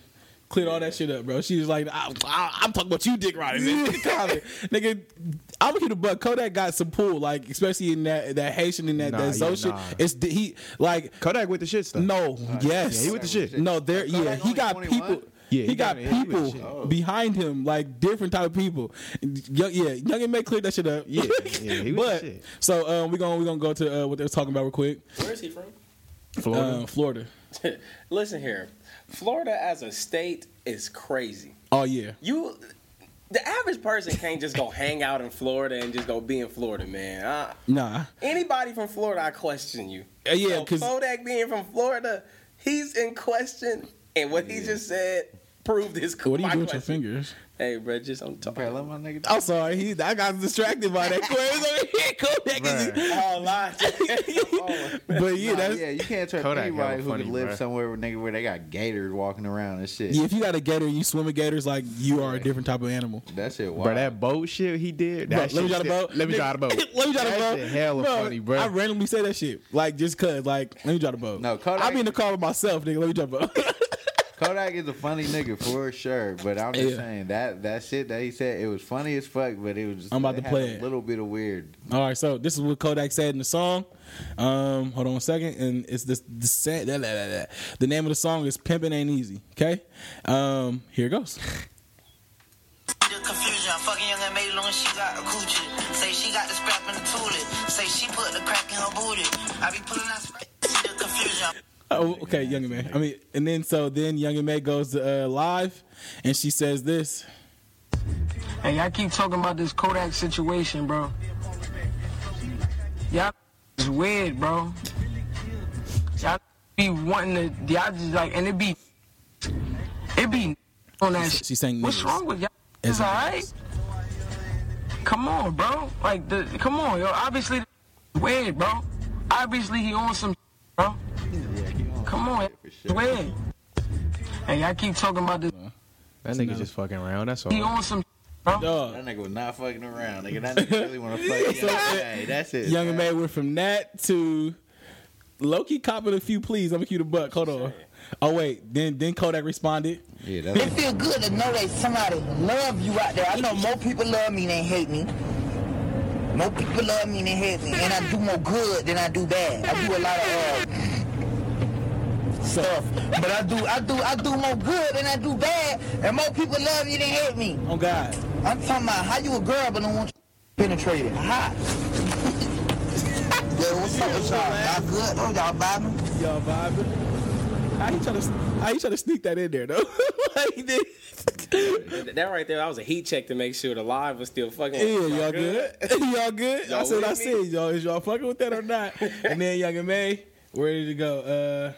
[SPEAKER 3] Cleared all that shit up, bro. She was like, I, I, "I'm talking about you, dick riding, nigga." Colin. nigga I'm gonna keep the buck. Kodak got some pull, like especially in that that Haitian and that
[SPEAKER 5] Nah,
[SPEAKER 3] that Zoe
[SPEAKER 5] yeah,
[SPEAKER 3] shit.
[SPEAKER 5] nah.
[SPEAKER 3] It's the- he like
[SPEAKER 5] Kodak with the shit stuff.
[SPEAKER 3] no, yes,
[SPEAKER 5] Yeah, he with the shit.
[SPEAKER 3] No, there,
[SPEAKER 6] Kodak
[SPEAKER 3] yeah, he
[SPEAKER 6] only
[SPEAKER 3] got
[SPEAKER 6] 21?
[SPEAKER 3] people.
[SPEAKER 5] Yeah,
[SPEAKER 3] he,
[SPEAKER 5] he
[SPEAKER 3] got
[SPEAKER 5] got it. He with
[SPEAKER 3] people
[SPEAKER 5] shit.
[SPEAKER 3] behind him, like different type of people. Young, yeah, Young and May cleared that shit up.
[SPEAKER 5] Yeah, yeah, he with
[SPEAKER 3] but
[SPEAKER 5] the shit.
[SPEAKER 3] so um, we gonna we gonna go to uh, what they was talking about real quick.
[SPEAKER 7] Where is he from?
[SPEAKER 5] Florida.
[SPEAKER 3] Uh, Florida.
[SPEAKER 7] Listen here, Florida as a state is crazy.
[SPEAKER 3] Oh yeah.
[SPEAKER 7] You, the average person can't just go hang out in Florida and just go be in Florida, man. I,
[SPEAKER 3] Nah.
[SPEAKER 7] anybody from Florida, I question you.
[SPEAKER 3] Uh, yeah, because
[SPEAKER 7] Kodak being from Florida, he's in question, and what he just said proved his.
[SPEAKER 3] what are you
[SPEAKER 7] my
[SPEAKER 3] doing with your
[SPEAKER 7] question.
[SPEAKER 3] fingers?
[SPEAKER 7] Hey, bro, just I'm talking.
[SPEAKER 6] Bro, let my nigga.
[SPEAKER 3] I'm sorry, he, I got distracted by that question. Kodak is-
[SPEAKER 7] Oh, lie.
[SPEAKER 3] but yeah,
[SPEAKER 6] Nah,
[SPEAKER 3] that's
[SPEAKER 6] yeah, you can't trust
[SPEAKER 5] Kodak
[SPEAKER 6] anybody
[SPEAKER 5] hella
[SPEAKER 6] who
[SPEAKER 5] funny,
[SPEAKER 6] can live
[SPEAKER 5] bruh.
[SPEAKER 6] somewhere with nigga where they got gators walking around and shit.
[SPEAKER 3] yeah. If you got a gator, and you swim with gators, like you are a different type of animal.
[SPEAKER 6] That shit wild.
[SPEAKER 5] Bro, that boat shit he did.
[SPEAKER 3] Bro,
[SPEAKER 5] That
[SPEAKER 3] let me
[SPEAKER 5] shit
[SPEAKER 3] try the
[SPEAKER 5] still-
[SPEAKER 3] boat.
[SPEAKER 5] Let me try the boat.
[SPEAKER 3] let me try the
[SPEAKER 5] That
[SPEAKER 3] boat.
[SPEAKER 5] shit hella funny, bro.
[SPEAKER 3] I randomly say that shit, like just cause, like let me try the boat.
[SPEAKER 6] No, Kodak-
[SPEAKER 3] I be in the car with myself, nigga. Let me try the boat.
[SPEAKER 6] Kodak is a funny nigga for sure, but I'm just
[SPEAKER 3] Yeah.
[SPEAKER 6] saying that that shit that he said it was funny as fuck, but it was.
[SPEAKER 3] I'm about to
[SPEAKER 6] had a
[SPEAKER 3] play it.
[SPEAKER 6] little bit of weird.
[SPEAKER 3] All right, so this is what Kodak said in the song. Um, hold on a second, and it's this the sa- da- da- da- da. The name of the song is "Pimpin' Ain't Easy." Okay, um, here it goes.
[SPEAKER 4] The confusion, I'm fucking young and made long as she got a coochie. Say she got the scrap in the toilet. Say she put the crack in her booty. I be pulling out spray. The confusion.
[SPEAKER 3] Oh, okay, Young and May. I mean, and then so then Young and May goes to, uh, live, and she says this.
[SPEAKER 9] Hey, y'all keep talking about this Kodak situation, bro. Y'all is weird, bro. Y'all be wanting to, y'all just like, and it be, it be on that.
[SPEAKER 3] She-
[SPEAKER 9] shit.
[SPEAKER 3] she saying
[SPEAKER 9] What's
[SPEAKER 3] niggas.
[SPEAKER 9] wrong with y'all?
[SPEAKER 3] As
[SPEAKER 9] It's
[SPEAKER 3] in
[SPEAKER 9] all right. Come on, bro. Like, the, come on, yo. Obviously, it's weird, bro. Obviously, he on some, shit, bro. Come on, it's weird. Hey, y'all keep talking about this.
[SPEAKER 5] that nigga just fucking around. That's all.
[SPEAKER 9] He on some, shit, bro.
[SPEAKER 3] Dog.
[SPEAKER 6] That nigga was not fucking around, nigga. That nigga really want to fuck. Hey, that's it.
[SPEAKER 3] Young and
[SPEAKER 6] man.
[SPEAKER 3] May went from that to Loki copping a few please. I'm gonna cue the buck. Hold on. Oh wait, then then Kodak responded.
[SPEAKER 6] Yeah, that's.
[SPEAKER 4] feel good to know that somebody love you out there. I know more people love me than hate me. More people love me than hate me, and I do more good than I do bad. I do a lot of uh, stuff, but I do I do I do more good than I do bad, and more people love me than hate me.
[SPEAKER 3] Oh God.
[SPEAKER 4] I'm talking about how you a girl but don't want you penetrated. Hot. Yo, what's up with y'all? Y'all good though? Y'all vibing?
[SPEAKER 3] Y'all vibing. How you trying to how you trying to sneak that in there though? like, he did-
[SPEAKER 7] that right there, that was a heat check to make sure the live was still fucking.
[SPEAKER 3] yeah, y'all good? y'all good? I
[SPEAKER 7] Y'all
[SPEAKER 3] said I
[SPEAKER 7] with me?
[SPEAKER 3] said y'all is y'all fucking with that or not? and then Young and May ready to go. Uh.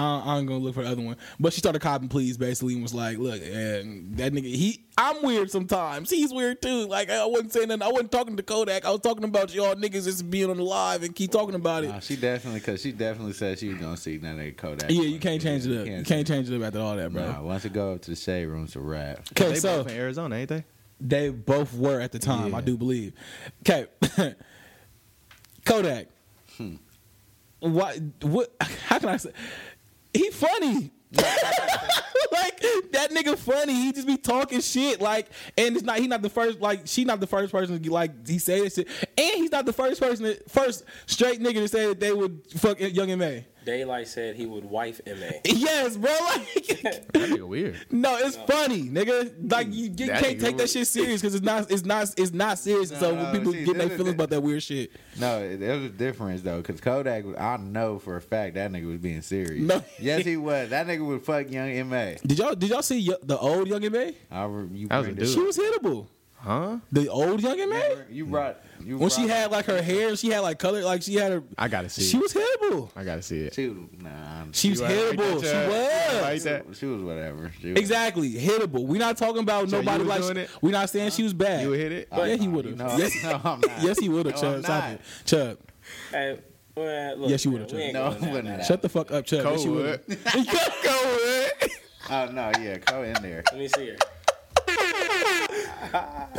[SPEAKER 3] I- I'm gonna look for the other one, but she started copping please basically and was like, "Look, and that nigga, he, I'm weird sometimes. He's weird too. Like I wasn't saying nothing. I wasn't talking to Kodak. I was talking about y'all niggas just being on the live and keep talking about it.
[SPEAKER 6] Nah, she definitely, cause she definitely said she was gonna see that nigga Kodak.
[SPEAKER 3] yeah, you can't change it up. You can't
[SPEAKER 6] change-
[SPEAKER 3] change it up after all that, bro.
[SPEAKER 6] Nah, once it go up to the shade room, it's a wrap.
[SPEAKER 3] Okay,
[SPEAKER 5] They
[SPEAKER 3] so
[SPEAKER 5] both in Arizona, ain't they?
[SPEAKER 3] They both were at the time, I
[SPEAKER 5] Yeah.
[SPEAKER 3] do believe. Okay, Kodak. What? What? How can I say? He funny. like that nigga funny. He just be talking shit. Like, and it's not. He not the first. Like, she not the first person. to get, Like, he say this shit, and he's not the first person. That, first straight nigga to say that they would fuck Young and May.
[SPEAKER 7] Daylight said he would wife MA.
[SPEAKER 3] Yes, bro. Like,
[SPEAKER 5] That nigga weird.
[SPEAKER 3] No, it's funny, nigga. Like you, you
[SPEAKER 5] Mm. That
[SPEAKER 3] can't
[SPEAKER 5] nigga
[SPEAKER 3] take that
[SPEAKER 5] was-
[SPEAKER 3] shit serious because it's not, it's not, it's not serious. so
[SPEAKER 6] No,
[SPEAKER 3] when people
[SPEAKER 6] see,
[SPEAKER 3] get
[SPEAKER 6] this
[SPEAKER 3] their
[SPEAKER 6] is
[SPEAKER 3] feelings
[SPEAKER 6] the-
[SPEAKER 3] about that weird shit.
[SPEAKER 6] No, it- there was a difference though, cause Kodak, was- I know for a fact that nigga was being serious.
[SPEAKER 3] No.
[SPEAKER 6] yes, he was. That nigga would fuck young Ma.
[SPEAKER 3] Did y'all, did y'all see yo- the old Young and May?
[SPEAKER 6] I, re- you
[SPEAKER 5] That was a
[SPEAKER 6] bring this-
[SPEAKER 5] dude.
[SPEAKER 3] She was hittable.
[SPEAKER 5] Huh?
[SPEAKER 3] The old Young and May?
[SPEAKER 6] You brought. You
[SPEAKER 3] When
[SPEAKER 6] brought
[SPEAKER 3] she had like her hair, she had like color, like she had her.
[SPEAKER 5] I gotta see.
[SPEAKER 3] She
[SPEAKER 5] it.
[SPEAKER 3] was hittable.
[SPEAKER 5] I gotta see it.
[SPEAKER 6] She, nah,
[SPEAKER 3] She was
[SPEAKER 5] You right,
[SPEAKER 3] hittable.
[SPEAKER 5] like
[SPEAKER 3] She
[SPEAKER 5] that, yeah.
[SPEAKER 3] was.
[SPEAKER 5] Like that.
[SPEAKER 6] she was whatever. She was-
[SPEAKER 3] Exactly, hittable. We're not talking about
[SPEAKER 5] So you
[SPEAKER 3] nobody
[SPEAKER 5] was
[SPEAKER 3] like.
[SPEAKER 5] doing it?
[SPEAKER 3] We're not saying she was bad.
[SPEAKER 5] You would hit it. Oh,
[SPEAKER 3] yeah, he would have.
[SPEAKER 6] No,
[SPEAKER 3] yes,
[SPEAKER 6] no, I'm not.
[SPEAKER 3] yes, he would have.
[SPEAKER 6] No,
[SPEAKER 3] Chubb,
[SPEAKER 6] I'm
[SPEAKER 3] stop
[SPEAKER 6] not.
[SPEAKER 3] it, Chubb.
[SPEAKER 7] Hey, well, look,
[SPEAKER 3] Yes, you
[SPEAKER 7] man,
[SPEAKER 3] would've
[SPEAKER 7] we ain't
[SPEAKER 6] No,
[SPEAKER 7] going there.
[SPEAKER 6] wouldn't have.
[SPEAKER 3] Shut the fuck up, Chubb. Yes, you
[SPEAKER 5] Cold.
[SPEAKER 3] would've.
[SPEAKER 6] Oh no, yeah, go in there.
[SPEAKER 7] Let me see her.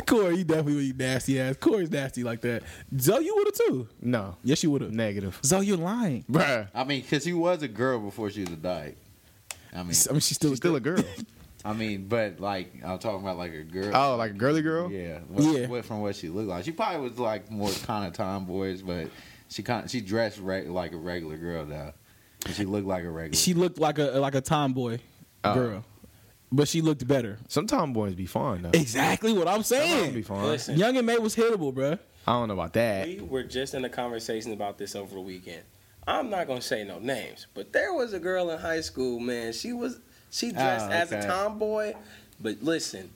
[SPEAKER 3] Corey, you definitely would be nasty ass. Corey's nasty like that. Zoe, you would have too.
[SPEAKER 5] No.
[SPEAKER 3] Yes, you would have.
[SPEAKER 5] Negative.
[SPEAKER 3] Zoe, you're lying.
[SPEAKER 5] Bruh.
[SPEAKER 6] I mean, because she was a girl before she was a dyke. I mean,
[SPEAKER 3] I mean, she's still,
[SPEAKER 5] She's still a girl.
[SPEAKER 6] I mean, but like I'm talking about like a girl.
[SPEAKER 5] Oh, like a girly girl?
[SPEAKER 6] yeah, what,
[SPEAKER 3] Yeah.
[SPEAKER 6] What, from what she looked like, she probably was like more kind of tomboyish, but she kind of, she dressed re- like a regular girl though, and she looked like a regular.
[SPEAKER 3] She looked like a like a tomboy
[SPEAKER 5] Oh.
[SPEAKER 3] girl, but she looked better.
[SPEAKER 5] Some tomboys be fine though.
[SPEAKER 3] Exactly what I'm
[SPEAKER 5] Some of 'em be
[SPEAKER 3] saying.
[SPEAKER 5] fine.
[SPEAKER 7] Listen,
[SPEAKER 3] Young and May was hittable, bruh.
[SPEAKER 5] I don't know about that.
[SPEAKER 7] we were just in a conversation about this over the weekend. I'm not gonna say no names, but there was a girl in high school, man. She was she
[SPEAKER 3] Ah,
[SPEAKER 7] dressed
[SPEAKER 6] Oh,
[SPEAKER 7] as a
[SPEAKER 6] okay.
[SPEAKER 7] tomboy, but listen,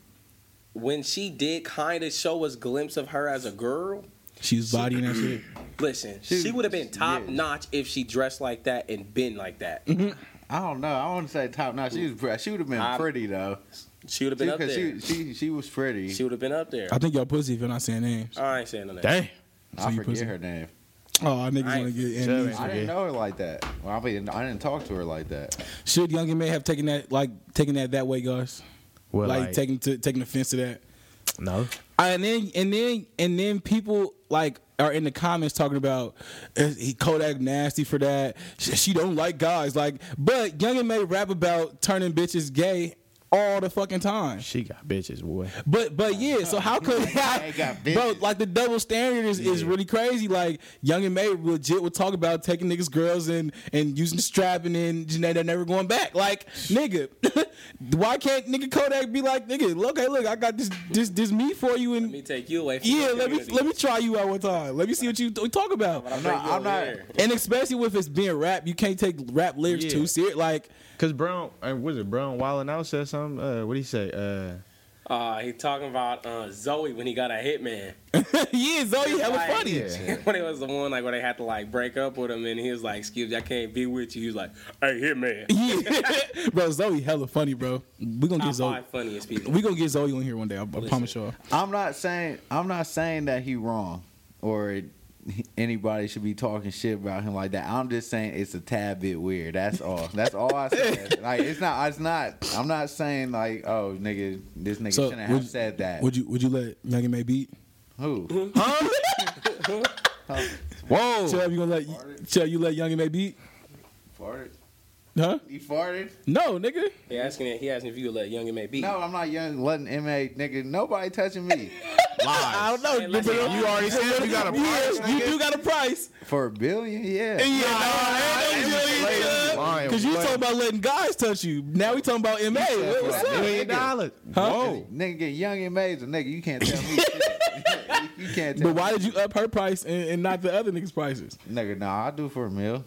[SPEAKER 7] when she did kind of show us glimpse of her as a girl,
[SPEAKER 3] She was bodying that shit.
[SPEAKER 7] listen, she,
[SPEAKER 6] She-
[SPEAKER 7] would have been top
[SPEAKER 6] yeah.
[SPEAKER 7] notch if she dressed like that and been like that.
[SPEAKER 3] Mm.
[SPEAKER 6] I don't know. I want to say top notch. She was pre- she would have been
[SPEAKER 7] I-
[SPEAKER 6] pretty though,
[SPEAKER 7] She would have been up
[SPEAKER 6] because
[SPEAKER 7] there.
[SPEAKER 6] she,
[SPEAKER 7] She,
[SPEAKER 6] she she was pretty.
[SPEAKER 7] would have been up there.
[SPEAKER 3] I think y'all pussy if you're not saying names.
[SPEAKER 7] I ain't saying no names.
[SPEAKER 5] Dang.
[SPEAKER 3] So
[SPEAKER 6] I
[SPEAKER 3] you
[SPEAKER 6] forget
[SPEAKER 3] pussy.
[SPEAKER 6] her name.
[SPEAKER 3] Oh, niggas
[SPEAKER 7] I-
[SPEAKER 3] want to get amnesia.
[SPEAKER 5] Chubb ain't
[SPEAKER 6] I didn't
[SPEAKER 5] forget.
[SPEAKER 6] know her like that. Well, I mean, I didn't talk to her like that.
[SPEAKER 3] Should Young and May have taken that like taken that that way, guys?
[SPEAKER 5] Well,
[SPEAKER 3] like,
[SPEAKER 5] like,
[SPEAKER 3] taking to taking offense to that.
[SPEAKER 5] no.
[SPEAKER 3] And then and then and then people like are in the comments talking about eh, he Kodak nasty for that. She, she don't like guys like, but Young and May rap about turning bitches gay all the fucking time.
[SPEAKER 5] She got bitches, boy.
[SPEAKER 3] But but yeah, so how could
[SPEAKER 6] got
[SPEAKER 3] bro?
[SPEAKER 6] bitches.
[SPEAKER 3] Like the double standard is, is really crazy. Like Young and May legit would talk about taking niggas girls and and using the strap and then you know, they're never going back. Like nigga, why can't nigga Kodak be like nigga? Look, hey, look, I got this this this me for you
[SPEAKER 7] Let me
[SPEAKER 3] and
[SPEAKER 7] take you away from
[SPEAKER 3] yeah,
[SPEAKER 7] your
[SPEAKER 3] let me
[SPEAKER 7] community.
[SPEAKER 3] let me try you out one time. Let me see what you th- talk about.
[SPEAKER 7] I'm
[SPEAKER 6] not- I'm not-
[SPEAKER 3] And especially with it's being rap, you can't take rap lyrics
[SPEAKER 5] Yeah.
[SPEAKER 3] too serious. Like
[SPEAKER 5] Cause Brown, and was it Brown Wilding out said something? Uh, what do he say? Uh,
[SPEAKER 7] Uh, he talking about uh, Zoe when he got a hitman.
[SPEAKER 3] yeah, Zoe hella
[SPEAKER 7] Right.
[SPEAKER 3] funny.
[SPEAKER 7] when it was the one like where they had to like break up with him and he was like, excuse me, I can't be with you. He was like, hey, here man.
[SPEAKER 3] Yeah. bro, Zoe hella funny, bro. We gonna get
[SPEAKER 7] Top
[SPEAKER 3] Zoe.
[SPEAKER 7] five funniest people.
[SPEAKER 3] We gonna get Zoe on here one day. I, I promise y'all.
[SPEAKER 6] I'm not saying I'm not saying that he wrong or it, anybody should be talking shit about him like that. I'm just saying it's a tad bit weird. That's all. That's all I said. like it's not. It's not. I'm not saying like oh nigga, this nigga
[SPEAKER 3] So,
[SPEAKER 6] shouldn't
[SPEAKER 3] would-
[SPEAKER 6] have said that.
[SPEAKER 3] Would you Would you let Young and May beat?
[SPEAKER 6] Who?
[SPEAKER 5] Whoa!
[SPEAKER 3] Chubb, you gonna let Chubb, you let Young and May beat?
[SPEAKER 6] Farted.
[SPEAKER 3] Huh?
[SPEAKER 6] He farted.
[SPEAKER 3] No, nigga.
[SPEAKER 7] He asking he asking if you would let Young and May beat.
[SPEAKER 6] No, I'm not young. Letting ma nigga. Nobody touching me
[SPEAKER 3] I don't
[SPEAKER 7] Hey,
[SPEAKER 3] know.
[SPEAKER 7] listen,
[SPEAKER 3] but-
[SPEAKER 7] you
[SPEAKER 5] already said you got a price,
[SPEAKER 3] Yeah, you do got a price.
[SPEAKER 6] for a billion. Yeah.
[SPEAKER 3] Yeah, no,
[SPEAKER 5] lying,
[SPEAKER 3] Because you
[SPEAKER 5] what?
[SPEAKER 3] talking about letting guys touch you. Now we talking about MA. What-
[SPEAKER 6] for
[SPEAKER 3] What's
[SPEAKER 6] a
[SPEAKER 3] up?
[SPEAKER 5] Million dollars.
[SPEAKER 3] Huh?
[SPEAKER 5] Whoa!
[SPEAKER 6] Nigga, get young and Ma's a nigga. You can't tell me. shit. you can't tell
[SPEAKER 3] But why did you up her price and, and not the other niggas' prices?
[SPEAKER 6] Nigga, nah, I do for a meal.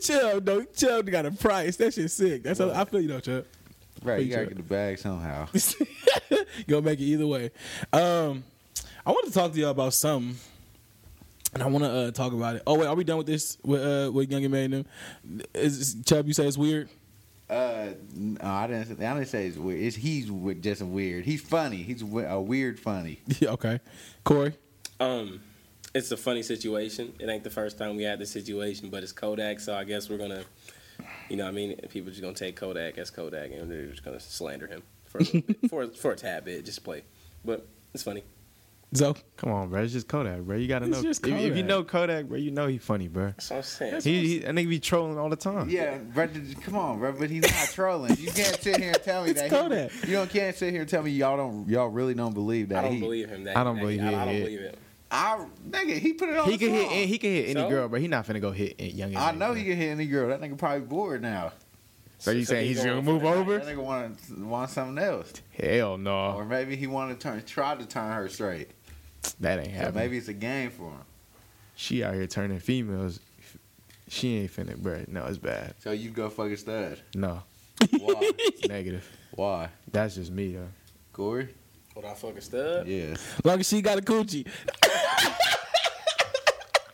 [SPEAKER 3] Chubb, no, Chubb got a price. That shit sick. That's how, I feel you though, Chubb.
[SPEAKER 6] Right,
[SPEAKER 3] Preach
[SPEAKER 6] you gotta
[SPEAKER 3] it.
[SPEAKER 6] get the bag somehow.
[SPEAKER 3] Gonna make it either way. Um, I want to talk to y'all about something, and I want to uh, talk about it. Oh wait, are we done with this? With uh, with Young and May and them? Is Chubb? You say it's weird.
[SPEAKER 6] Uh, no, I didn't. I didn't say it's weird. It's he's wi- just weird. He's funny. He's wi- a weird funny.
[SPEAKER 3] Yeah, okay, Corey.
[SPEAKER 7] Um it's a funny situation. It ain't the first time we had this situation, but it's Kodak, so I guess we're gonna you know, what I mean people just gonna take Kodak as Kodak and they're just gonna slander him for a little bit, for for a tad bit, just play. But it's funny.
[SPEAKER 3] So
[SPEAKER 5] Come on, bro. It's just Kodak, bro. You gotta
[SPEAKER 3] It's
[SPEAKER 5] know.
[SPEAKER 3] just
[SPEAKER 5] if, if you
[SPEAKER 3] Kodak.
[SPEAKER 5] know Kodak, bro, you know he funny, bro.
[SPEAKER 7] That's what I'm saying.
[SPEAKER 5] He, he I think he be trolling all the time.
[SPEAKER 6] Yeah, bro, did- come on, bro. But he's not trolling. You can't sit here and tell me that. he-
[SPEAKER 3] Kodak.
[SPEAKER 6] you don't can't sit here and tell me y'all don't y'all really don't believe that.
[SPEAKER 7] I don't
[SPEAKER 6] he,
[SPEAKER 7] believe him. That
[SPEAKER 5] I don't
[SPEAKER 7] that-
[SPEAKER 5] believe he
[SPEAKER 7] I, I don't
[SPEAKER 5] hit.
[SPEAKER 7] believe it.
[SPEAKER 6] I nigga, he put it on.
[SPEAKER 5] He can hit. Any, he can hit any
[SPEAKER 7] So?
[SPEAKER 5] girl, but he not finna go hit any young.
[SPEAKER 6] I know he can hit any girl. That nigga probably bored now.
[SPEAKER 5] So you
[SPEAKER 7] So
[SPEAKER 5] saying
[SPEAKER 7] he
[SPEAKER 5] he's gonna
[SPEAKER 7] going for
[SPEAKER 5] move
[SPEAKER 7] the night.
[SPEAKER 5] over?
[SPEAKER 6] That nigga want want something else,
[SPEAKER 5] Hell
[SPEAKER 6] or
[SPEAKER 5] no,
[SPEAKER 6] maybe he want to turn try to turn her straight.
[SPEAKER 5] that ain't
[SPEAKER 6] So
[SPEAKER 5] happening.
[SPEAKER 6] maybe it's a game for him.
[SPEAKER 5] She out here turning females. She ain't finna, bro. No, it's bad.
[SPEAKER 6] So you go fuck a stud.
[SPEAKER 5] No,
[SPEAKER 6] Why?
[SPEAKER 5] it's negative.
[SPEAKER 6] Why,
[SPEAKER 5] That's just me, though.
[SPEAKER 6] Corey?
[SPEAKER 7] Would I fuck a stud?
[SPEAKER 6] Yeah.
[SPEAKER 3] Long as she got a coochie.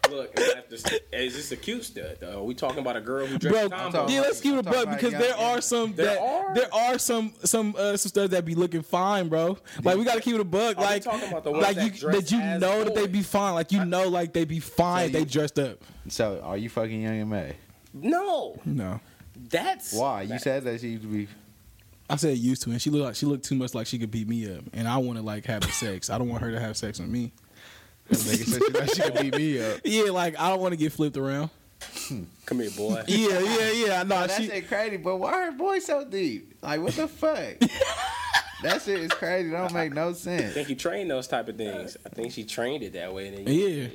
[SPEAKER 7] Look, and after, is this a cute stud though? Are we talking about a girl who drinks
[SPEAKER 3] Bro,
[SPEAKER 7] combo?
[SPEAKER 3] yeah, let's keep it a
[SPEAKER 6] I'm talking
[SPEAKER 3] buck
[SPEAKER 6] about
[SPEAKER 3] because
[SPEAKER 6] y'all
[SPEAKER 3] there
[SPEAKER 6] getting-
[SPEAKER 3] are some
[SPEAKER 7] There
[SPEAKER 3] that
[SPEAKER 7] are?
[SPEAKER 3] there are some some uh, some stuff that be looking fine, bro. Like we gotta keep it a buck.
[SPEAKER 7] Are we
[SPEAKER 3] Like
[SPEAKER 7] talking about the ones
[SPEAKER 3] like
[SPEAKER 7] that
[SPEAKER 3] you
[SPEAKER 7] dress
[SPEAKER 3] that you
[SPEAKER 7] as
[SPEAKER 3] know that they
[SPEAKER 7] boys?
[SPEAKER 3] be fine. Like you know, like they be fine.
[SPEAKER 6] So
[SPEAKER 3] they
[SPEAKER 6] you-
[SPEAKER 3] dressed up.
[SPEAKER 6] So are you fucking Young and May?
[SPEAKER 7] No,
[SPEAKER 3] No,
[SPEAKER 7] that's
[SPEAKER 6] Why? You
[SPEAKER 7] that-
[SPEAKER 6] said that she used to be.
[SPEAKER 3] I said used to, and she looked like she looked too much like she could beat me up, and I want to like have sex. I don't want her to have sex with me.
[SPEAKER 6] That nigga said she thought she could beat me up.
[SPEAKER 3] Yeah, like I don't want to get flipped around.
[SPEAKER 7] Come here, boy.
[SPEAKER 3] Yeah, yeah, yeah. No,
[SPEAKER 6] That
[SPEAKER 3] she.
[SPEAKER 6] shit crazy, but why her voice so deep? Like, what the fuck? that shit is crazy. Don't make no
[SPEAKER 7] I
[SPEAKER 6] sense.
[SPEAKER 7] think you train those type of things. I think she trained it that way. And then you
[SPEAKER 3] Yeah,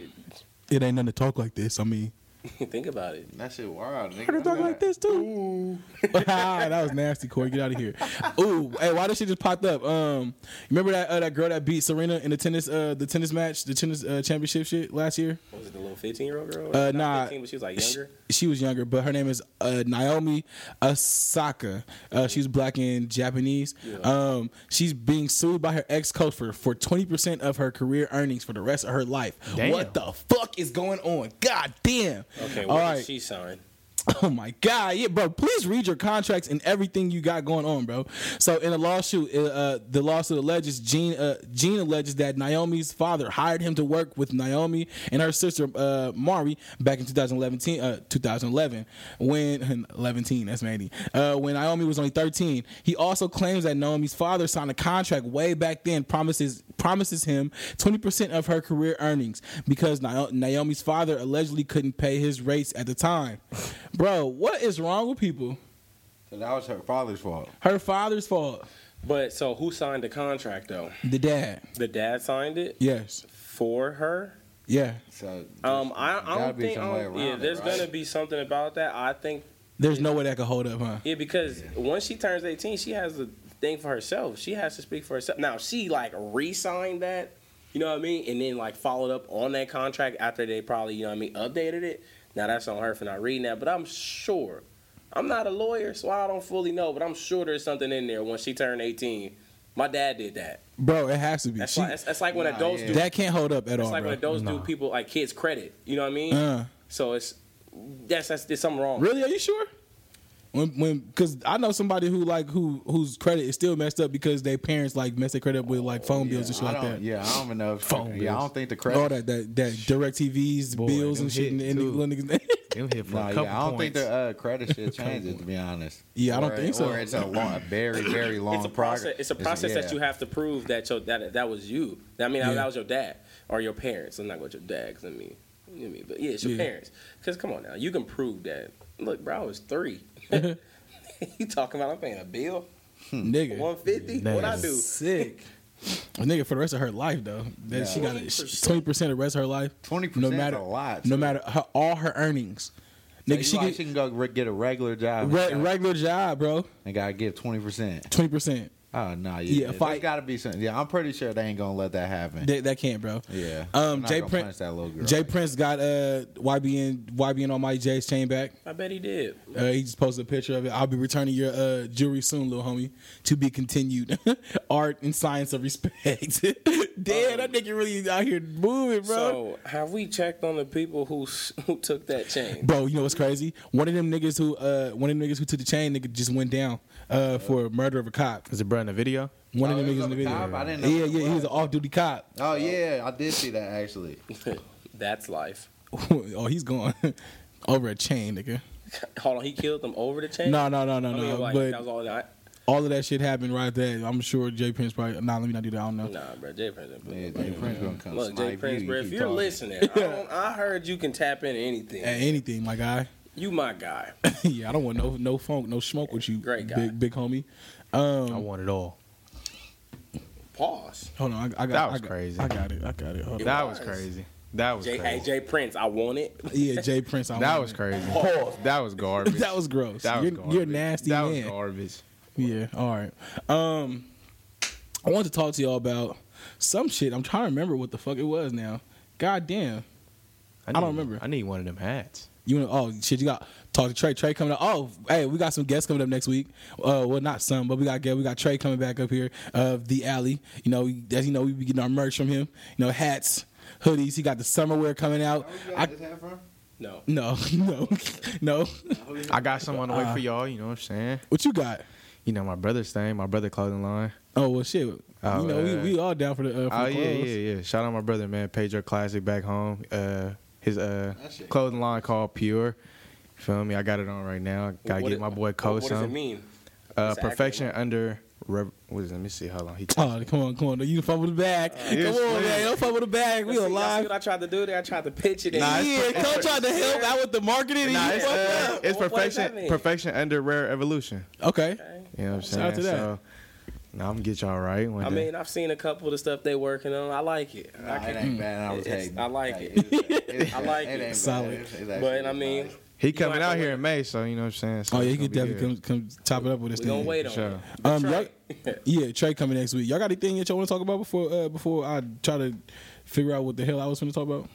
[SPEAKER 3] it ain't nothing to talk like this. I mean,
[SPEAKER 7] think about it.
[SPEAKER 6] That shit wild, nigga.
[SPEAKER 3] to talk like this too. Ah, that was nasty, Corey. Get out of here. Ooh, hey, why this shit just popped up? Um, remember that uh, that girl that beat Serena in the tennis uh the tennis match, the tennis uh, championship shit last year?
[SPEAKER 7] Was it the little fifteen year old girl?
[SPEAKER 3] Uh,
[SPEAKER 7] Not
[SPEAKER 3] nah.
[SPEAKER 7] 15, but she was like
[SPEAKER 3] She,
[SPEAKER 7] younger.
[SPEAKER 3] she was younger, but her name is uh, Naomi Osaka. Uh, she's black and Japanese. Um, she's being sued by her ex coach for for twenty percent of her career earnings for the rest of her life.
[SPEAKER 5] Damn.
[SPEAKER 3] What the fuck is going on? God damn.
[SPEAKER 7] Okay,
[SPEAKER 3] All
[SPEAKER 7] what
[SPEAKER 3] right.
[SPEAKER 7] did she sign?
[SPEAKER 3] Oh my god, yeah, bro. Please read your contracts and everything you got going on, bro. So in a lawsuit, uh, uh, the lawsuit alleges Gene uh, Gene alleges that Naomi's father hired him to work with Naomi and her sister uh, Mari back in 2011, uh, 2011 when 11, that's Mandy. Uh, when Naomi was only 13, he also claims that Naomi's father signed a contract way back then promises promises him 20% of her career earnings because Nao- Naomi's father allegedly couldn't pay his rates at the time. Bro, what is wrong with people?
[SPEAKER 6] So that was her father's fault.
[SPEAKER 3] Her father's fault.
[SPEAKER 7] But so who signed the contract though?
[SPEAKER 3] The dad.
[SPEAKER 7] The dad signed it
[SPEAKER 3] Yes.
[SPEAKER 7] for her.
[SPEAKER 3] Yeah.
[SPEAKER 6] So
[SPEAKER 7] Um, I, I
[SPEAKER 6] Gotta
[SPEAKER 7] don't
[SPEAKER 6] be
[SPEAKER 7] think.
[SPEAKER 6] some
[SPEAKER 7] I
[SPEAKER 6] way
[SPEAKER 7] don't-
[SPEAKER 6] around
[SPEAKER 7] yeah,
[SPEAKER 6] it,
[SPEAKER 7] there's
[SPEAKER 6] right?
[SPEAKER 7] gonna be something about that. I think.
[SPEAKER 3] There's no way that could hold up, huh?
[SPEAKER 7] Yeah, because once she turns 18, she has a thing for herself. She has to speak for herself. Now she like re-signed that. You know what I mean? And then like followed up on that contract after they probably you know what I mean updated it. Now that's on her for not reading that. But I'm sure. I'm not a lawyer, so I don't fully know. But I'm sure there's something in there. Once she turned 18, my dad did that.
[SPEAKER 3] Bro, it has to be.
[SPEAKER 7] That's
[SPEAKER 3] She-
[SPEAKER 7] like that's, that's like when
[SPEAKER 6] Nah,
[SPEAKER 7] adults
[SPEAKER 6] yeah.
[SPEAKER 7] do.
[SPEAKER 3] that can't hold up at
[SPEAKER 7] It's
[SPEAKER 3] all,
[SPEAKER 7] like when
[SPEAKER 3] bro.
[SPEAKER 7] adults do people like kids credit. You know what I mean?
[SPEAKER 3] Uh.
[SPEAKER 7] So it's that's that's there's something wrong.
[SPEAKER 3] Really? Are you sure? When, when, because I know somebody who like who whose credit is still messed up because their parents like messed their credit up with like phone bills and shit
[SPEAKER 6] I
[SPEAKER 3] like
[SPEAKER 6] don't-
[SPEAKER 3] that.
[SPEAKER 6] Yeah, I don't even know. If,
[SPEAKER 3] Phone
[SPEAKER 6] yeah, I
[SPEAKER 3] bills.
[SPEAKER 6] don't think the
[SPEAKER 3] All
[SPEAKER 6] credit.
[SPEAKER 3] that that that direct TVs, bills
[SPEAKER 5] them
[SPEAKER 3] and shit, and,
[SPEAKER 5] hit,
[SPEAKER 3] and the
[SPEAKER 5] too.
[SPEAKER 3] little niggas.
[SPEAKER 5] Them hit for
[SPEAKER 6] Nah,
[SPEAKER 5] a
[SPEAKER 6] yeah,
[SPEAKER 5] couple
[SPEAKER 6] I don't
[SPEAKER 5] points.
[SPEAKER 6] think the uh, credit shit changes. to be honest.
[SPEAKER 3] Yeah, I don't
[SPEAKER 6] Or-
[SPEAKER 3] think so.
[SPEAKER 6] Or it's a long, a very, very long
[SPEAKER 7] It's a process.
[SPEAKER 6] progress.
[SPEAKER 7] It's a process
[SPEAKER 6] yeah.
[SPEAKER 7] that you have to prove that your that that was you. I mean,
[SPEAKER 3] Yeah.
[SPEAKER 7] that was your dad or your parents. I'm not going to your dad 'cause I mean, you know what I mean, but yeah, it's your
[SPEAKER 3] Yeah.
[SPEAKER 7] parents. Because come on now, you can prove that. Look, bro, I was three. you talking about I'm paying a bill
[SPEAKER 6] Hmm.
[SPEAKER 3] nigga,
[SPEAKER 7] one fifty? What I do?
[SPEAKER 3] sick. Well, nigga, for the rest of her life though, that she got twenty percent of the rest of her life.
[SPEAKER 6] 20%
[SPEAKER 3] no
[SPEAKER 6] is
[SPEAKER 3] matter
[SPEAKER 6] a lot,
[SPEAKER 3] no
[SPEAKER 6] too.
[SPEAKER 3] matter her, all her earnings.
[SPEAKER 6] So
[SPEAKER 3] Nigga,
[SPEAKER 6] you
[SPEAKER 3] she
[SPEAKER 6] like,
[SPEAKER 3] could
[SPEAKER 6] she can go re- get a regular job. and
[SPEAKER 3] re-
[SPEAKER 6] gotta-
[SPEAKER 3] regular job, bro.
[SPEAKER 6] and gotta give twenty percent.
[SPEAKER 3] Twenty percent.
[SPEAKER 6] Oh no, yeah,
[SPEAKER 3] Yeah,
[SPEAKER 6] yeah
[SPEAKER 3] if I-
[SPEAKER 6] there's gotta be something. Yeah, I'm pretty sure they ain't gonna let that happen.
[SPEAKER 3] That, that can't, bro.
[SPEAKER 6] yeah, I'm
[SPEAKER 3] Um,
[SPEAKER 6] not
[SPEAKER 3] Jay
[SPEAKER 6] gonna
[SPEAKER 3] Prince.
[SPEAKER 6] punch that little girl.
[SPEAKER 3] Jay Prince got uh YBN YBN on my Jay's chain back.
[SPEAKER 7] I bet he did.
[SPEAKER 3] Uh, he just posted a picture of it. I'll be returning your uh, jewelry soon, little homie. To be continued. Art and science of respect. Damn, that nigga really out here moving, bro.
[SPEAKER 7] So have we checked on the people who s- who took that chain?
[SPEAKER 3] Bro, you know what's crazy? One of them niggas who uh one of them niggas who took the chain nigga just went down uh for murder of a cop.
[SPEAKER 5] Is it bro in the video?
[SPEAKER 3] One
[SPEAKER 6] Oh,
[SPEAKER 3] of them
[SPEAKER 6] he was
[SPEAKER 3] niggas in
[SPEAKER 6] a
[SPEAKER 3] the video.
[SPEAKER 6] cop? I didn't know who
[SPEAKER 3] yeah,
[SPEAKER 6] he
[SPEAKER 3] yeah, he
[SPEAKER 6] was.
[SPEAKER 3] was an off duty cop.
[SPEAKER 6] Oh yeah, I did see that actually.
[SPEAKER 7] That's life.
[SPEAKER 3] oh, he's gone. Over a chain, nigga.
[SPEAKER 7] Hold on, he killed them over the chain.
[SPEAKER 3] No, no, no, no,
[SPEAKER 7] I mean,
[SPEAKER 3] no.
[SPEAKER 7] like, that was
[SPEAKER 3] But
[SPEAKER 7] all that.
[SPEAKER 3] all of that shit happened right there. I'm sure Jay Prince probably. Nah, let me not do that. I don't know.
[SPEAKER 7] Nah, bro, Jay Prince.
[SPEAKER 6] Yeah, Jay Prince gonna come.
[SPEAKER 7] Look, Jay
[SPEAKER 6] snipe
[SPEAKER 7] Prince,
[SPEAKER 6] you,
[SPEAKER 7] bro,
[SPEAKER 6] you
[SPEAKER 7] if
[SPEAKER 6] keep
[SPEAKER 7] you're
[SPEAKER 6] talking.
[SPEAKER 7] listening, I, don't, I heard you can tap into anything.
[SPEAKER 3] Hey, anything, my guy.
[SPEAKER 7] You my guy.
[SPEAKER 3] yeah, I don't want no no funk, no smoke with you,
[SPEAKER 7] Great guy.
[SPEAKER 3] big big homie. Um,
[SPEAKER 5] I
[SPEAKER 6] um,
[SPEAKER 5] want it all.
[SPEAKER 7] Pause.
[SPEAKER 3] Hold on, I, I got.
[SPEAKER 5] That was
[SPEAKER 3] I got,
[SPEAKER 5] crazy.
[SPEAKER 3] I got it. I got it. Hold on.
[SPEAKER 5] That was
[SPEAKER 7] was.
[SPEAKER 5] crazy. That was
[SPEAKER 7] Jay, hey,
[SPEAKER 5] crazy.
[SPEAKER 7] Jay Prince, I want it.
[SPEAKER 3] Yeah, Jay Prince. I
[SPEAKER 5] That
[SPEAKER 3] want
[SPEAKER 5] was
[SPEAKER 3] it.
[SPEAKER 5] crazy. That was garbage.
[SPEAKER 3] That was gross.
[SPEAKER 5] That was
[SPEAKER 3] you're,
[SPEAKER 5] garbage.
[SPEAKER 3] you're a nasty
[SPEAKER 5] That
[SPEAKER 3] man.
[SPEAKER 5] was garbage.
[SPEAKER 3] Yeah. All right. Um, I wanted to talk to y'all about some shit. I'm trying to remember what the fuck it was now. God damn.
[SPEAKER 5] need-
[SPEAKER 3] don't remember.
[SPEAKER 5] I need one of them hats.
[SPEAKER 3] You want oh shit, you got talk to Trey. Trey coming up. Oh, hey, we got some guests coming up next week. Uh well not some, but we got we got Trey coming back up here of the alley. You know, we- as you know, we be getting our merch from him. You know, hats, hoodies, he got the summer wear coming out.
[SPEAKER 7] Oh,
[SPEAKER 3] I,
[SPEAKER 7] No.
[SPEAKER 3] no, no, no.
[SPEAKER 5] I got some on the way
[SPEAKER 6] Uh,
[SPEAKER 5] for y'all. You know what I'm saying?
[SPEAKER 3] What you got?
[SPEAKER 5] You know my brother's thing, my brother clothing line.
[SPEAKER 3] Oh well shit.
[SPEAKER 5] Oh,
[SPEAKER 3] you know,
[SPEAKER 5] uh,
[SPEAKER 3] we, we all down for the uh for
[SPEAKER 5] Oh
[SPEAKER 3] the
[SPEAKER 5] yeah,
[SPEAKER 3] clothes.
[SPEAKER 5] yeah, yeah. Shout out my brother, man. Pedro Classic back home. Uh, his uh clothing line called Pure. Feel me? I got it on right now. Gotta
[SPEAKER 7] What
[SPEAKER 5] get
[SPEAKER 7] it-
[SPEAKER 5] my boy
[SPEAKER 7] what-
[SPEAKER 5] Cole
[SPEAKER 7] What does it
[SPEAKER 5] some.
[SPEAKER 7] mean?
[SPEAKER 5] Uh,
[SPEAKER 7] It's an acronym.
[SPEAKER 5] perfection under. Rev- what is it? Let me see how long he.
[SPEAKER 3] Oh, come on, come on. You fumble the
[SPEAKER 5] Oh,
[SPEAKER 3] bag. come on, man. Don't fumble the bag. We
[SPEAKER 7] Y'all see- y'all see
[SPEAKER 3] alive.
[SPEAKER 7] what I tried to do there? I tried to pitch it. in.
[SPEAKER 3] yeah, Coach tried to help out with the marketing. and
[SPEAKER 5] Nah,
[SPEAKER 3] you
[SPEAKER 5] it's,
[SPEAKER 3] fucked
[SPEAKER 5] uh, it's
[SPEAKER 7] What- what does that
[SPEAKER 5] perfection.
[SPEAKER 7] mean?
[SPEAKER 5] Perfection under rare evolution.
[SPEAKER 3] up. Okay.
[SPEAKER 5] You know what I'm saying?
[SPEAKER 3] Shout out to that.
[SPEAKER 5] So, nah, I'm gonna get y'all right one
[SPEAKER 7] I
[SPEAKER 5] day.
[SPEAKER 7] mean, I've seen a couple of the stuff they working on. I like it. I
[SPEAKER 6] Nah, it
[SPEAKER 7] can,
[SPEAKER 6] ain't bad. I was
[SPEAKER 7] It's-
[SPEAKER 6] hating.
[SPEAKER 7] I like
[SPEAKER 6] Hey,
[SPEAKER 7] it.
[SPEAKER 6] it's- it's-
[SPEAKER 7] I like it.
[SPEAKER 6] ain't bad.
[SPEAKER 3] Solid.
[SPEAKER 6] It's- it's
[SPEAKER 7] but
[SPEAKER 6] actually
[SPEAKER 7] I mean,
[SPEAKER 6] solid.
[SPEAKER 5] he
[SPEAKER 7] you gonna
[SPEAKER 5] coming
[SPEAKER 7] have
[SPEAKER 5] out
[SPEAKER 7] to
[SPEAKER 5] here
[SPEAKER 7] wait.
[SPEAKER 5] in May, so you know what I'm saying. So
[SPEAKER 3] Oh yeah, you
[SPEAKER 5] it's
[SPEAKER 3] could
[SPEAKER 5] gonna be
[SPEAKER 3] definitely
[SPEAKER 5] good.
[SPEAKER 3] come, come top it up with this
[SPEAKER 7] we gonna
[SPEAKER 3] thing.
[SPEAKER 7] wait on
[SPEAKER 5] Sure.
[SPEAKER 7] it.
[SPEAKER 3] Um, y'all,
[SPEAKER 7] Trey.
[SPEAKER 3] yeah, Trey coming next week. Y'all got anything that y'all want to talk about before uh, before I try to figure out what the hell I was going to talk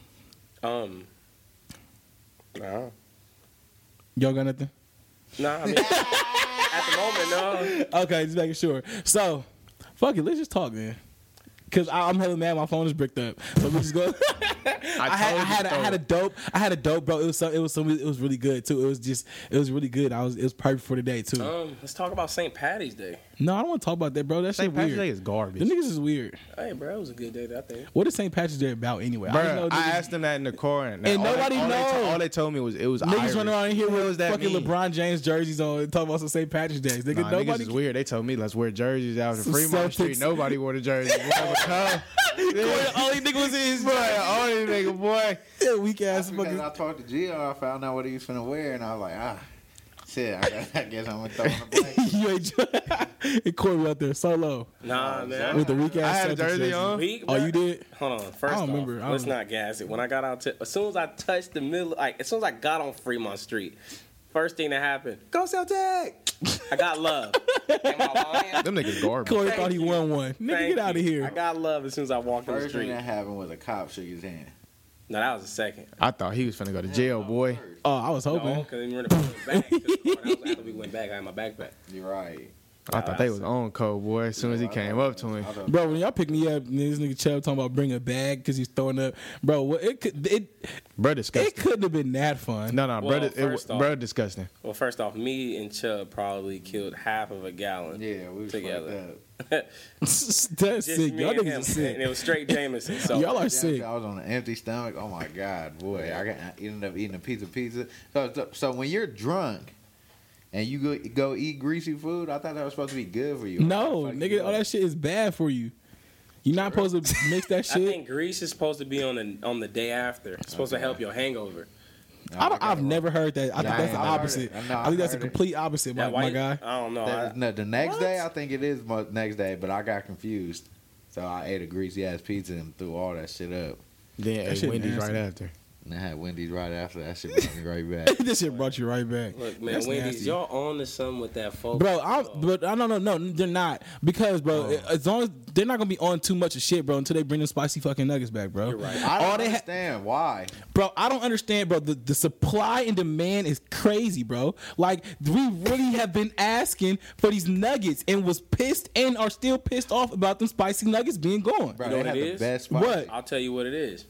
[SPEAKER 3] about?
[SPEAKER 7] Um. Nah.
[SPEAKER 3] Y'all got nothing?
[SPEAKER 7] Nah. I mean, at the moment, no.
[SPEAKER 3] Okay, just making sure. So, fuck it, let's just talk, man. Cause I, I'm hella mad. My phone is bricked up. So we just go. I, had, I
[SPEAKER 5] told you
[SPEAKER 3] had, a, I
[SPEAKER 5] so.
[SPEAKER 3] had a dope. I had a dope, bro. It was so, it was so, it was really good too. It was just, it was really good. I was, it was perfect for today too.
[SPEAKER 5] Oh.
[SPEAKER 7] Um, let's talk about St. Patty's Day.
[SPEAKER 3] no, I don't want to talk about that, bro. That shit
[SPEAKER 5] St. Patrick's
[SPEAKER 3] weird.
[SPEAKER 5] Day is garbage.
[SPEAKER 3] The niggas is weird.
[SPEAKER 7] Hey, bro, it was a good day. I think.
[SPEAKER 3] What is St. Patrick's Day about anyway?
[SPEAKER 5] Bruh,
[SPEAKER 3] just know
[SPEAKER 5] I
[SPEAKER 3] niggas-
[SPEAKER 5] asked him that in the car, and,
[SPEAKER 3] And
[SPEAKER 5] all
[SPEAKER 3] nobody
[SPEAKER 5] they, all They,
[SPEAKER 3] know.
[SPEAKER 5] to- all they told me was it was
[SPEAKER 3] Niggas
[SPEAKER 5] Irish.
[SPEAKER 3] running around here
[SPEAKER 5] What
[SPEAKER 3] with
[SPEAKER 5] does that
[SPEAKER 3] fucking
[SPEAKER 5] mean?
[SPEAKER 3] LeBron James jerseys on, and talking about some St. Patrick's Days. Nigga,
[SPEAKER 5] Nah, niggas
[SPEAKER 3] nobody.
[SPEAKER 5] is weird. They told me let's wear jerseys out in
[SPEAKER 3] Some
[SPEAKER 5] Fremont
[SPEAKER 3] Celtics.
[SPEAKER 5] Street. Nobody wore the jersey.
[SPEAKER 3] only nigga was in his
[SPEAKER 5] boy, only nigga, boy.
[SPEAKER 3] yeah, weak
[SPEAKER 6] That's
[SPEAKER 3] ass
[SPEAKER 6] because
[SPEAKER 3] fucking.
[SPEAKER 6] I talked to Gio, I found out what he was finna wear, and I was like, ah, shit. I, guess- I guess I'm gonna throw on a blanket.
[SPEAKER 3] you ain't and Corey out there solo
[SPEAKER 7] Nah, man.
[SPEAKER 3] with the weak
[SPEAKER 5] I
[SPEAKER 3] ass.
[SPEAKER 5] had a
[SPEAKER 3] Celtics
[SPEAKER 5] jersey on.
[SPEAKER 7] Weak,
[SPEAKER 3] Oh,
[SPEAKER 7] bruh.
[SPEAKER 3] you did?
[SPEAKER 7] Hold on. First off,
[SPEAKER 3] remember. I
[SPEAKER 7] let's
[SPEAKER 3] don't-
[SPEAKER 7] not gas it. When I got out to, as soon as I touched the middle, like as soon as I got on Fremont Street, first thing that happened, go Celtic. I got love. Am I lying?
[SPEAKER 5] Them niggas garbage.
[SPEAKER 3] Corey
[SPEAKER 7] Thank
[SPEAKER 3] thought he
[SPEAKER 7] you.
[SPEAKER 3] won one. Nigga,
[SPEAKER 7] Thank
[SPEAKER 3] get out of
[SPEAKER 7] you.
[SPEAKER 3] here.
[SPEAKER 7] I got love as soon as I walked on the
[SPEAKER 6] First thing
[SPEAKER 7] street.
[SPEAKER 6] that happened was a cop shook his hand.
[SPEAKER 7] No, that was a second.
[SPEAKER 5] I thought he was finna go to jail, boy.
[SPEAKER 3] oh, I was hoping.
[SPEAKER 7] No, because we were in the front back. 'cause the car- that was after we went back, I had my backpack.
[SPEAKER 6] You're right.
[SPEAKER 5] I thought they was on code, boy. As soon as he came up to him,
[SPEAKER 6] I thought-
[SPEAKER 3] Bro, when y'all pick me up, and this nigga Chubb talking about bring a bag because he's throwing up. Bro, what it could it
[SPEAKER 5] bro,
[SPEAKER 3] it
[SPEAKER 5] disgusting.
[SPEAKER 3] couldn't have been that fun.
[SPEAKER 5] No, no,
[SPEAKER 7] Well,
[SPEAKER 5] bro, it,
[SPEAKER 7] first off-
[SPEAKER 5] bro, disgusting.
[SPEAKER 7] Well, first off, me and Chubb probably killed half of a gallon.
[SPEAKER 6] Yeah, we was
[SPEAKER 7] Together.
[SPEAKER 6] together.
[SPEAKER 3] that's
[SPEAKER 7] Just
[SPEAKER 3] sick.
[SPEAKER 7] me
[SPEAKER 3] Y'all
[SPEAKER 7] and him,
[SPEAKER 3] niggas are
[SPEAKER 7] and
[SPEAKER 3] sick.
[SPEAKER 7] it was straight Jameson. So
[SPEAKER 3] Y'all are sick.
[SPEAKER 6] I was on an empty stomach. Oh my god, boy! I, got, I ended up eating a piece of pizza. So, so, so when you're drunk and you go, go eat greasy food, I thought that was supposed to be good for you.
[SPEAKER 3] No,
[SPEAKER 6] Fuck
[SPEAKER 3] nigga,
[SPEAKER 6] you
[SPEAKER 3] all
[SPEAKER 6] up.
[SPEAKER 3] that shit is bad for you. You're not supposed to mix that
[SPEAKER 7] I
[SPEAKER 3] shit.
[SPEAKER 7] think grease is supposed to be on the on the day after. It's supposed to help your hangover.
[SPEAKER 6] No,
[SPEAKER 3] I don't,
[SPEAKER 6] got
[SPEAKER 3] I've
[SPEAKER 6] it wrong.
[SPEAKER 3] never heard that. I
[SPEAKER 6] Nah,
[SPEAKER 3] think that's the
[SPEAKER 6] I heard
[SPEAKER 3] opposite.
[SPEAKER 6] it. Nah,
[SPEAKER 3] I think
[SPEAKER 6] I
[SPEAKER 3] that's the
[SPEAKER 6] heard it.
[SPEAKER 3] complete opposite, my,
[SPEAKER 7] That
[SPEAKER 3] my
[SPEAKER 7] white,
[SPEAKER 3] guy.
[SPEAKER 7] I don't know.
[SPEAKER 6] That,
[SPEAKER 7] I,
[SPEAKER 6] no, the next
[SPEAKER 7] What?
[SPEAKER 6] day, I think it is mo- next day, but I got confused. So I ate a greasy ass pizza and threw all that shit up.
[SPEAKER 5] Then ate
[SPEAKER 3] shit
[SPEAKER 5] Wendy's
[SPEAKER 3] nasty.
[SPEAKER 5] right after.
[SPEAKER 6] And I had Wendy's right after that shit brought me right back.
[SPEAKER 3] this shit brought you right back.
[SPEAKER 7] look, man,
[SPEAKER 3] That's
[SPEAKER 7] Wendy's,
[SPEAKER 3] nasty.
[SPEAKER 7] y'all on to something with that folk.
[SPEAKER 3] Bro, I'm, but I don't know. No, they're not because, bro. As long as they're not gonna be on too much of shit, bro, until they bring them spicy fucking nuggets back, bro.
[SPEAKER 7] You're right.
[SPEAKER 6] I don't
[SPEAKER 3] All they ha-
[SPEAKER 6] understand why.
[SPEAKER 3] bro, I don't understand, bro. The, the supply and demand is crazy, bro. Like we really have been asking for these nuggets and was pissed and are still pissed off about them spicy nuggets being gone.
[SPEAKER 6] Bro,
[SPEAKER 7] You know
[SPEAKER 6] they
[SPEAKER 7] what
[SPEAKER 6] had
[SPEAKER 7] it
[SPEAKER 6] the
[SPEAKER 7] is?
[SPEAKER 6] best spice.
[SPEAKER 3] What?
[SPEAKER 7] I'll tell you what it is.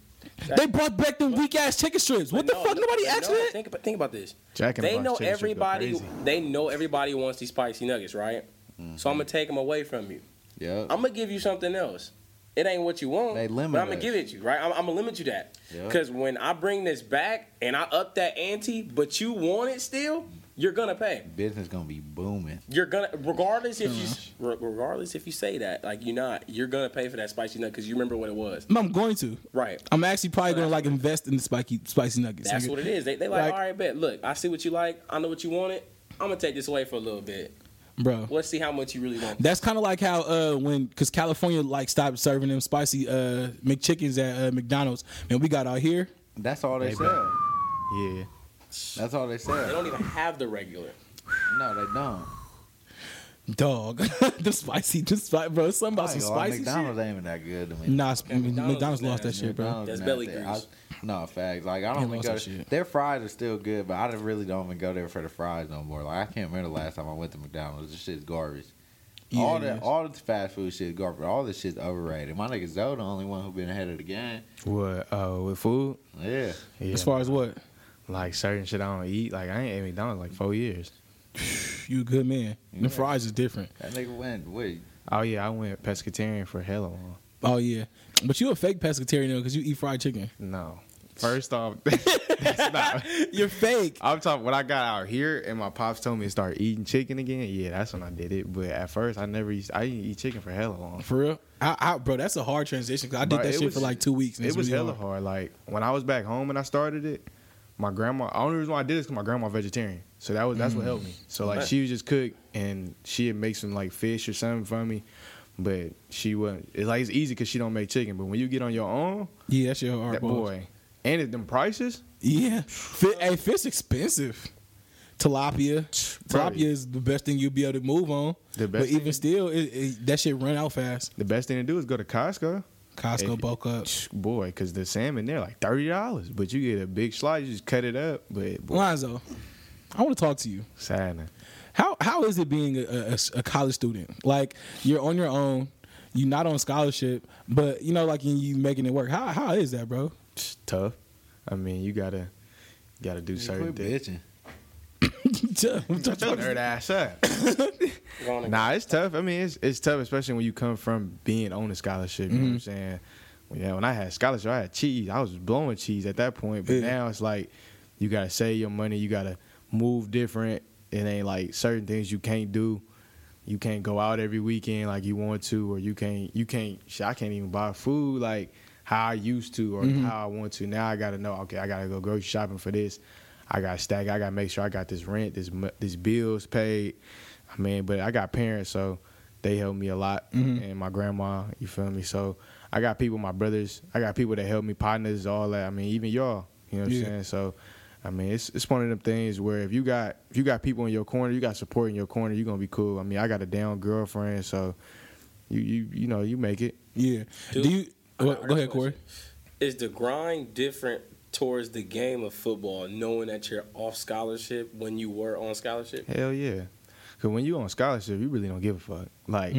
[SPEAKER 3] They brought back them weak ass chicken strips. What the
[SPEAKER 7] No,
[SPEAKER 3] fuck?
[SPEAKER 7] no,
[SPEAKER 3] Nobody
[SPEAKER 7] no,
[SPEAKER 3] asked for that.
[SPEAKER 7] Think about, think about this.
[SPEAKER 5] Jack in the
[SPEAKER 7] they
[SPEAKER 5] Box
[SPEAKER 7] know
[SPEAKER 5] chicken strips go
[SPEAKER 7] everybody.
[SPEAKER 5] crazy.
[SPEAKER 7] They know everybody wants these spicy nuggets, right? So I'm
[SPEAKER 3] Mm-hmm.
[SPEAKER 7] gonna take them away from you.
[SPEAKER 6] Yep.
[SPEAKER 7] I'm gonna give you something else. It ain't what you want.
[SPEAKER 6] They limit
[SPEAKER 7] But I'm gonna
[SPEAKER 6] us.
[SPEAKER 7] give it to you, right? I'm, I'm gonna limit you that.
[SPEAKER 6] Yeah.
[SPEAKER 7] Because when I bring this back and I up that ante, but you want it still, you're gonna pay.
[SPEAKER 6] Business gonna be booming.
[SPEAKER 7] You're gonna, regardless if you,
[SPEAKER 3] Uh-huh.
[SPEAKER 7] re- regardless if you say that, like you're not, you're gonna pay for that spicy nut because you remember what it was,
[SPEAKER 3] I'm going to.
[SPEAKER 7] right?
[SPEAKER 3] I'm actually probably gonna like invest in the spicy spicy nuggets.
[SPEAKER 7] That's
[SPEAKER 3] nigga.
[SPEAKER 7] what it is. They, they like,
[SPEAKER 3] Like-
[SPEAKER 7] all right, bet. Look, I see what you like. I know what you wanted. I'm gonna take this away for a little bit.
[SPEAKER 3] bro.
[SPEAKER 7] Let's see how much you really want.
[SPEAKER 3] That's kind of like how uh when because California like stopped serving them spicy uh McChickens at uh, McDonald's and we got out here.
[SPEAKER 6] That's all they
[SPEAKER 5] They
[SPEAKER 6] sell.
[SPEAKER 5] Yeah,
[SPEAKER 6] That's all they
[SPEAKER 7] They
[SPEAKER 6] sell.
[SPEAKER 7] don't even have the regular.
[SPEAKER 6] No, they don't.
[SPEAKER 3] Dog, the spicy, the spicy, bro. Something about some
[SPEAKER 6] Like, oh,
[SPEAKER 3] spicy shit.
[SPEAKER 6] McDonald's ain't even that good to me.
[SPEAKER 3] Nah, sp- McDonald's,
[SPEAKER 7] McDonald's is
[SPEAKER 3] lost that
[SPEAKER 7] nasty.
[SPEAKER 3] shit, bro.
[SPEAKER 6] McDonald's
[SPEAKER 7] That's
[SPEAKER 6] not
[SPEAKER 7] belly
[SPEAKER 6] that-
[SPEAKER 7] grease.
[SPEAKER 6] No, facts. Like I don't
[SPEAKER 3] Can't
[SPEAKER 6] even
[SPEAKER 3] lose
[SPEAKER 6] go.
[SPEAKER 3] that shit.
[SPEAKER 6] Their fries are still good, but I don't- really don't even go there for the fries no more. Like I can't remember the last time I went to McDonald's. This shit's garbage.
[SPEAKER 3] Yeah,
[SPEAKER 6] all
[SPEAKER 3] it
[SPEAKER 6] the
[SPEAKER 3] is.
[SPEAKER 6] all the fast food shit is garbage. All this shit's overrated. My nigga Zoe the only one who been ahead of the game.
[SPEAKER 5] What? Uh, with food?
[SPEAKER 6] Yeah,
[SPEAKER 5] Yeah.
[SPEAKER 3] As far as what?
[SPEAKER 5] like certain shit I don't eat. Like I ain't ate McDonald's like four years.
[SPEAKER 3] You a good man. The fries is different.
[SPEAKER 6] that nigga went. Wait,
[SPEAKER 5] Oh yeah, I went pescatarian for hella long.
[SPEAKER 3] Oh yeah, but you a fake pescatarian though because you eat fried chicken.
[SPEAKER 5] No. First off, that's not.
[SPEAKER 3] You're fake.
[SPEAKER 5] I'm talking when I got out here and my pops told me to start eating chicken again. Yeah, that's when I did it. But at first, I never used. I didn't eat chicken for hella long.
[SPEAKER 3] For real, I, I bro, that's a hard transition. 'cause I did
[SPEAKER 5] Bro,
[SPEAKER 3] that
[SPEAKER 5] it
[SPEAKER 3] shit
[SPEAKER 5] was-
[SPEAKER 3] for like two weeks. and
[SPEAKER 5] It
[SPEAKER 3] it's
[SPEAKER 5] was
[SPEAKER 3] really
[SPEAKER 5] hella
[SPEAKER 3] hard.
[SPEAKER 5] hard. Like when I was back home and I started it, my grandma. The only reason why I did it is because my grandma vegetarian. So that was that's what helped me.
[SPEAKER 3] Mm.
[SPEAKER 5] So like she would just cook and she'd make some like fish or something for me. But she wasn't. It's like it's easy because she don't make chicken. But when you get on your own,
[SPEAKER 3] Yeah, that's your hard
[SPEAKER 5] that
[SPEAKER 3] boiled.
[SPEAKER 5] boy, and at them prices,
[SPEAKER 3] Yeah, Fi hey, fish expensive. Tilapia,
[SPEAKER 5] bro.
[SPEAKER 3] tilapia is the best thing you'll be able to move on.
[SPEAKER 5] The
[SPEAKER 3] but
[SPEAKER 5] best
[SPEAKER 3] even
[SPEAKER 5] thing-
[SPEAKER 3] still, it, it, that shit run out fast.
[SPEAKER 5] the best thing to do is go to Costco.
[SPEAKER 3] Costco
[SPEAKER 5] If-
[SPEAKER 3] bulk up.
[SPEAKER 5] boy, because the salmon they're like thirty dollars, but you get a big slice, you just cut it up. But boy,
[SPEAKER 3] Lonzo, I want to talk to you.
[SPEAKER 5] sadness.
[SPEAKER 3] How how is it being a, a- a college student? Like you're on your own, you're not on scholarship, but you know, like you, you making it work. How how is that, bro?
[SPEAKER 5] It's tough. I mean, you gotta gotta do certain
[SPEAKER 6] quit
[SPEAKER 5] things.
[SPEAKER 6] bitching.
[SPEAKER 5] Shut her ass up.
[SPEAKER 7] Going to-
[SPEAKER 5] nah, it's tough. I mean, it's it's tough, especially when you come from being on a scholarship. You know what I'm saying? When, yeah, when I had scholarship, I had cheese. I was blowing cheese at that point, but
[SPEAKER 3] Yeah.
[SPEAKER 5] now it's like you gotta save your money. You gotta move different. It ain't like certain things you can't do. You can't go out every weekend like you want to, or you can't you can't. shit, I can't even buy food like how I used to or how I want to. Now I gotta know. Okay, I gotta go grocery shopping for this. I got to stack. I gotta make sure I got this rent, this mu- this bills paid. I mean, but I got parents, so they helped me a lot, and my grandma. You feel me? So I got people, my brothers. I got people that help me, partners, all that. I mean, even y'all. You know what
[SPEAKER 3] Yeah.
[SPEAKER 5] I'm saying? So, I mean, it's it's one of them things where if you got if you got people in your corner, you got support in your corner, you're gonna be cool. I mean, I got a down girlfriend, so you you you know you make it.
[SPEAKER 3] Yeah.
[SPEAKER 7] Dude,
[SPEAKER 3] Do you?
[SPEAKER 7] I got
[SPEAKER 3] Well,
[SPEAKER 7] a
[SPEAKER 3] go ahead, Corey.
[SPEAKER 7] question. Is the grind different towards the game of football, knowing that you're off scholarship when you were on scholarship?
[SPEAKER 5] Hell yeah. Cause when you on scholarship, you really don't give a fuck. Like,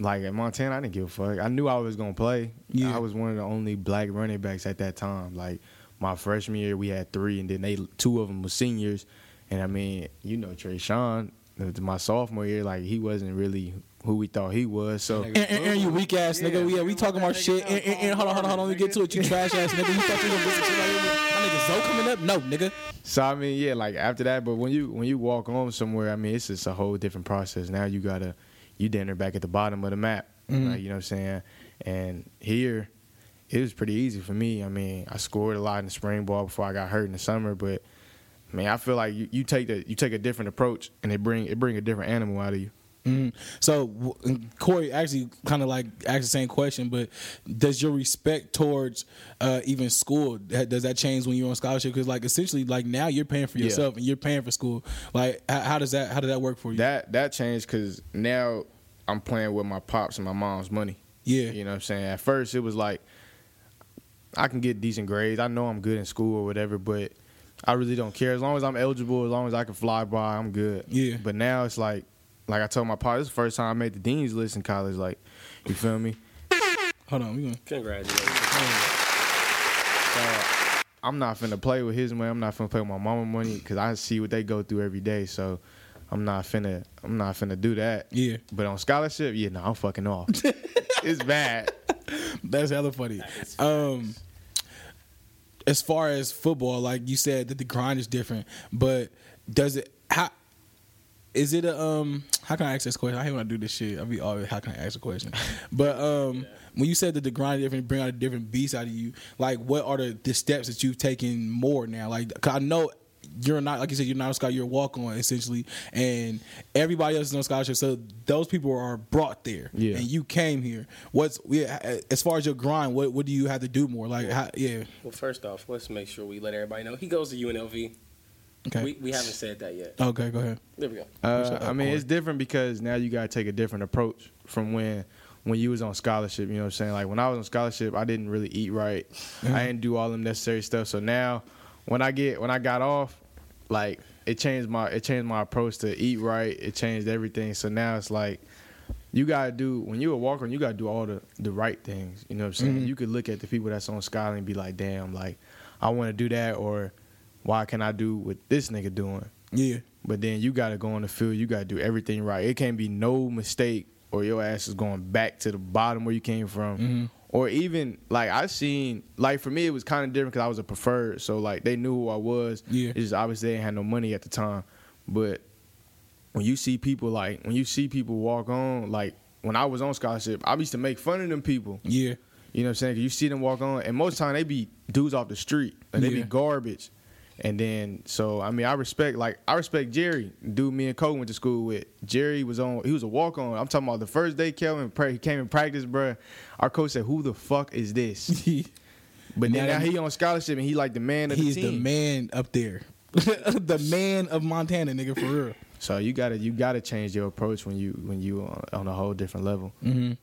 [SPEAKER 5] like at Montana, I didn't give a fuck. I knew I was gonna play.
[SPEAKER 3] Yeah.
[SPEAKER 5] I was one of the only black running backs at that time. Like my freshman year, we had three, and then they two of them were seniors. And I mean, you know, Trey Sean, my sophomore year, like he wasn't really who we thought he was. So
[SPEAKER 3] Aaron, Aaron, you weak ass nigga. Yeah, we talking about shit. Aaron, Aaron, Aaron, hold on, hold on, hold on. Let me get to it. You trash ass nigga. You thought you gonna listen to shit like that? My nigga Zoe coming up? No, nigga.
[SPEAKER 5] So I mean, yeah, like after that, but when you when you walk on somewhere, I mean, it's just a whole different process. Now you gotta you then are back at the bottom of the map. Like, you know what I'm saying? And here, it was pretty easy for me. I mean, I scored a lot in the spring ball before I got hurt in the summer, but I mean, I feel like you, you take the you take a different approach and it bring it bring a different animal out of you.
[SPEAKER 3] So w- and Corey actually kind of like asked the same question, but does your respect towards uh, even school ha- does that change when you're on scholarship? Because like essentially, like now you're paying for
[SPEAKER 5] Yeah.
[SPEAKER 3] yourself and you're paying for school. Like how, how does that how did that work for you?
[SPEAKER 5] That that changed because now I'm playing with my pops and my mom's money.
[SPEAKER 3] Yeah.
[SPEAKER 5] you know what I'm saying. At first, it was like I can get decent grades. I know I'm good in school or whatever, but I really don't care as long as I'm eligible. As long as I can fly by, I'm good.
[SPEAKER 3] Yeah.
[SPEAKER 5] But now it's like, like I told my pops, this is the first time I made the dean's list in college. Like, you feel me?
[SPEAKER 3] Hold on, we going.
[SPEAKER 7] Congratulations.
[SPEAKER 5] I'm not finna play with his money. I'm not finna play with my mama money because I see what they go through every day. So I'm not finna. I'm not finna do that.
[SPEAKER 3] Yeah.
[SPEAKER 5] But on scholarship, yeah, no, I'm fucking off. it's bad.
[SPEAKER 3] That's hella funny. Um, as far as football, like you said, that the grind is different, but does it how? Is it a um? How can I ask this question? I hate when I do this shit. I be always how can I ask a question? But um, when you said that the grind is different, bring out a different beast out of you. Like, what are the, the steps that you've taken more now? Like, 'cause I know you're not like you said you're not a scholar. You're a walk on essentially, and everybody else is on scholarship. So those people are brought there,
[SPEAKER 5] Yeah.
[SPEAKER 3] and you came here. What's yeah, as far as your grind? What what do you have to do more? Like, how, yeah,
[SPEAKER 7] Well, first off, let's make sure we let everybody know he goes to UNLV.
[SPEAKER 3] okay,
[SPEAKER 7] We, we haven't said that yet.
[SPEAKER 3] okay, go ahead.
[SPEAKER 7] There we go.
[SPEAKER 5] Uh,
[SPEAKER 3] What's up,
[SPEAKER 5] I mean,
[SPEAKER 3] Corey?
[SPEAKER 5] it's different because now you gotta take a different approach from when when you was on scholarship. You know what I'm saying? Like when I was on scholarship, I didn't really eat right. I didn't do all them necessary stuff. So now, when I get when I got off, like it changed my it changed my approach to eat right. It changed everything. So now it's like you gotta do when you're a walker, you gotta do all the the right things. You know what I'm saying? You could look at the people that's on Skyline and be like, damn, like I want to do that, or why can I do what this nigga doing?
[SPEAKER 3] Yeah.
[SPEAKER 5] But then you gotta go on the field. You gotta do everything right. It can't be no mistake, or your ass is going back to the bottom where you came from. Or even like I seen, like for me it was kind of different because I was a preferred, so like they knew who I was.
[SPEAKER 3] Yeah.
[SPEAKER 5] It's just obviously they ain't had no money at the time, but when you see people like when you see people walk on like when I was on scholarship, I used to make fun of them people.
[SPEAKER 3] Yeah.
[SPEAKER 5] You know what I'm saying? 'Cause you see them walk on, and most time they be dudes off the street. Like they be
[SPEAKER 3] Yeah.
[SPEAKER 5] garbage. And then, so I mean, I respect like I respect Jerry, dude. Me and Cole went to school with. Jerry was on. He was a walk on. I'm talking about the first day Kelvin pra- he came in practice, bruh. Our coach said, "Who the fuck is this?" But then
[SPEAKER 3] Now
[SPEAKER 5] now
[SPEAKER 3] that-
[SPEAKER 5] he on scholarship and he like the man of
[SPEAKER 3] He's
[SPEAKER 5] the
[SPEAKER 3] the
[SPEAKER 5] team.
[SPEAKER 3] man up there. the man of Montana, nigga, for real.
[SPEAKER 5] So you gotta you gotta change your approach when you when you on, on a whole different level.
[SPEAKER 3] Mm.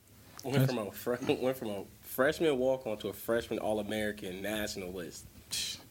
[SPEAKER 7] Went from a fre- went from a freshman walk on to a freshman All American nationalist.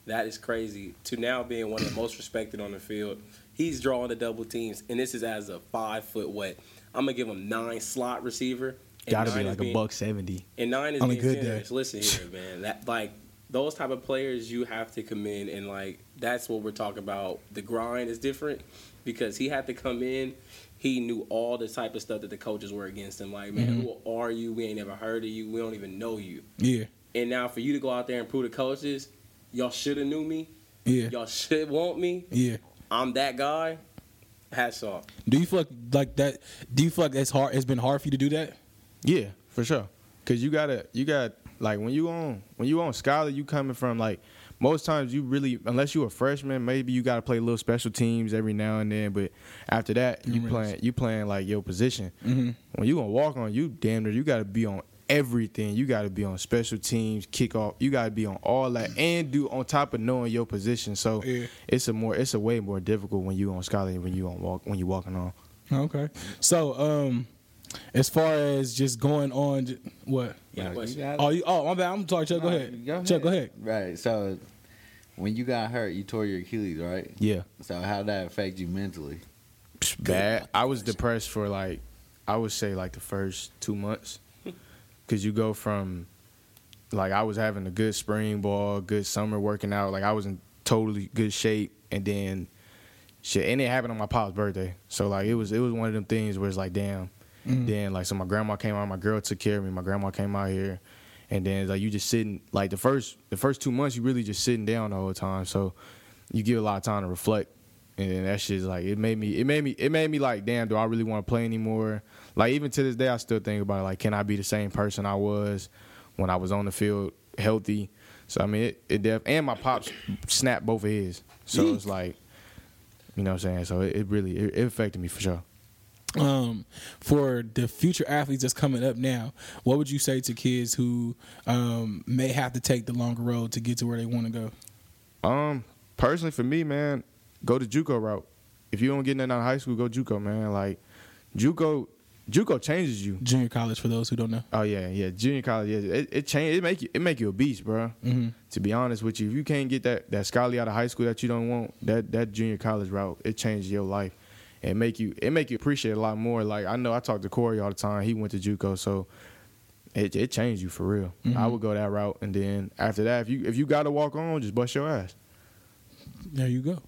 [SPEAKER 7] That is crazy. To now being one of the most respected on the field. He's drawing the double teams, and this is as a five foot what? I'm gonna give him nine slot receiver. and
[SPEAKER 5] Gotta
[SPEAKER 7] nine
[SPEAKER 5] be
[SPEAKER 7] is
[SPEAKER 5] like a
[SPEAKER 7] being-
[SPEAKER 5] buck seventy.
[SPEAKER 7] And nine is
[SPEAKER 3] On a
[SPEAKER 7] being
[SPEAKER 3] good day.
[SPEAKER 7] serious. Listen here, man. That like those type of players you have to commend, and like that's what we're talking about. The grind is different because he had to come in. He knew all the type of stuff that the coaches were against him. Like,
[SPEAKER 3] Mm-hmm.
[SPEAKER 7] man, who are you? We ain't never heard of you. We don't even know you.
[SPEAKER 3] Yeah.
[SPEAKER 7] And now for you to go out there and prove to coaches, y'all should have knew me.
[SPEAKER 3] Yeah.
[SPEAKER 7] Y'all should want me.
[SPEAKER 3] Yeah.
[SPEAKER 7] I'm that guy. Hats off.
[SPEAKER 3] Do you feel like, like that? Do you feel like it's hard? It's been hard for you to do that.
[SPEAKER 5] Yeah, for sure. Cause you gotta, you got like when you on when you on scholar, you coming from like most times you really unless you a freshman, maybe you gotta play little special teams every now and then. But after that, you
[SPEAKER 3] Numerous.
[SPEAKER 5] playing you playing like your position. When you gonna walk on, you damn near you gotta be on everything. You gotta be on special teams, kickoff. You gotta be on all that and do on top of knowing your position. So
[SPEAKER 3] Yeah.
[SPEAKER 5] it's a more it's a way more difficult when you on scholar than when you on walk when you walking on.
[SPEAKER 3] Okay. So, um, as far as just going on, j- what?
[SPEAKER 7] Yeah,
[SPEAKER 6] Like, you
[SPEAKER 7] question.
[SPEAKER 6] gotta-
[SPEAKER 3] Oh, you, oh, my bad. I'm sorry, Chuck. Go
[SPEAKER 6] Nah,
[SPEAKER 3] ahead. Chuck, go ahead.
[SPEAKER 6] Right. So when you got hurt, you tore your Achilles, right?
[SPEAKER 5] Yeah.
[SPEAKER 6] So how would that affect you mentally?
[SPEAKER 5] bad. I was depressed for like, I would say like the first two months, because you go from, like I was having a good spring ball, good summer working out, like I was in totally good shape, and then, shit, and it happened on my pop's birthday, so like it was it was one of them things where it's like damn, then like so my grandma came out, my girl took care of me, my grandma came out here. And then like you just sitting like the first the first two months you really just sitting down the whole time. So you give a lot of time to reflect and then that shit's like it made me it made me it made me like damn do i really want to play anymore like even to this day i still think about it like can i be the same person i was when i was on the field healthy so i mean it, it def and my pops snapped both of his so it's like you know what i'm saying so it, it really it, it affected me for sure
[SPEAKER 3] um, for the future athletes that's coming up now, what would you say to kids who um, may have to take the longer road to get to where they want to go?
[SPEAKER 5] Um, personally for me, man, go the JUCO route. If you don't get nothing out of high school, go JUCO, man. Like JUCO, JUCO changes you.
[SPEAKER 3] Junior college, for those who don't know.
[SPEAKER 5] Oh yeah, yeah. Junior college, yeah. It, it change. It make you. It make you a beast, bro. To be honest with you, if you can't get that that scholarly out of high school that you don't want, that that junior college route, it changes your life. It make you. It make you appreciate a lot more. Like I know I talk to Corey all the time. He went to JUCO, so it it changed you for real. I would go that route, and then after that, if you if you got to walk on, just bust your ass.
[SPEAKER 3] There you go.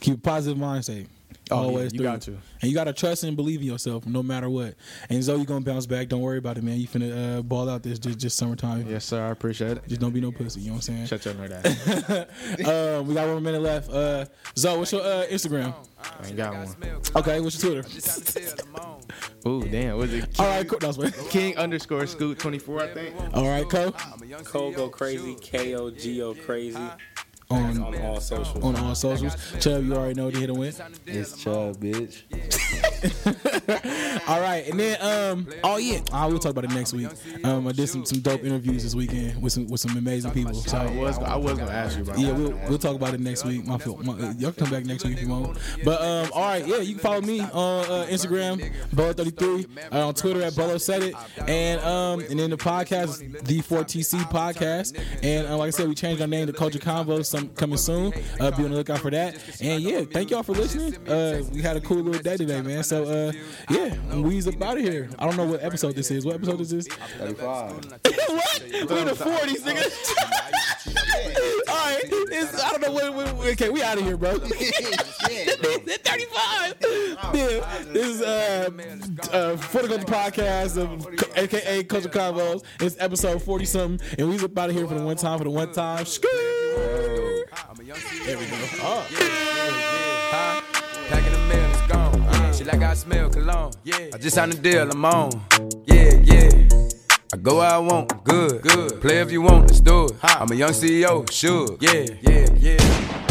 [SPEAKER 3] Keep a positive mindset.
[SPEAKER 5] Oh, yeah,
[SPEAKER 3] Always
[SPEAKER 5] you
[SPEAKER 3] through.
[SPEAKER 5] got to.
[SPEAKER 3] And you got to trust and believe in yourself no matter what. And Zoe, you going to bounce back. Don't worry about it, man. You finna uh, ball out this just, just summertime.
[SPEAKER 5] Yes, sir. I appreciate it.
[SPEAKER 3] Just don't be no pussy. You know what I'm saying?
[SPEAKER 5] Shut your nerd ass.
[SPEAKER 3] Um, we got one minute left. Uh, Zoe, what's your uh, Instagram?
[SPEAKER 5] I ain't got one.
[SPEAKER 3] Okay, what's your Twitter?
[SPEAKER 5] Ooh, damn. Was it
[SPEAKER 3] All right, cool. That's right.
[SPEAKER 5] King underscore Scoot twenty four? I think.
[SPEAKER 3] All right, Cole.
[SPEAKER 7] Cole go crazy. K O G O crazy.
[SPEAKER 3] On
[SPEAKER 7] On all socials.
[SPEAKER 3] on all socials. Chubb, you already know the hit and win.
[SPEAKER 6] It's Chubb, bitch.
[SPEAKER 3] All right, and then um, oh yeah, I will talk about it next week. Um, I did some, some dope interviews this weekend with some with some amazing people.
[SPEAKER 5] I
[SPEAKER 3] So
[SPEAKER 5] was I was gonna ask you about
[SPEAKER 3] yeah,
[SPEAKER 5] that.
[SPEAKER 3] we'll, we'll talk about it next week. My, fault. my uh, y'all can come back next week if you want. But um, all right, yeah, you can follow me on uh, Instagram, Bolo33, uh, on Twitter at Bolo Said It, and um, and then the podcast is D4TC Podcast. And uh, like I said, we changed our name to Culture Convo. Some coming soon. Uh, be on the lookout for that. And yeah, thank y'all for listening. Uh, we had a cool little day today, man. So uh, yeah, we's up out of here. I don't know what episode this is. What episode is this?
[SPEAKER 6] 35.
[SPEAKER 3] what? We in the forties, nigga. All right, it's, I don't know what. what okay, we out of here, bro. Thirty-five. Yeah, this is uh, uh, for the culture podcast, of, aka Culture Convos. It's episode forty something, and we up out of here for the one time. For the one time, Skrrr.
[SPEAKER 10] Pack in the mail, it's gone. She like I smell cologne. Yeah. I just signed a deal, I'm on. Yeah, yeah. I go where I want, good, good. Play if you want, let's do it. I'm a young CEO, sure. Yeah, yeah, yeah.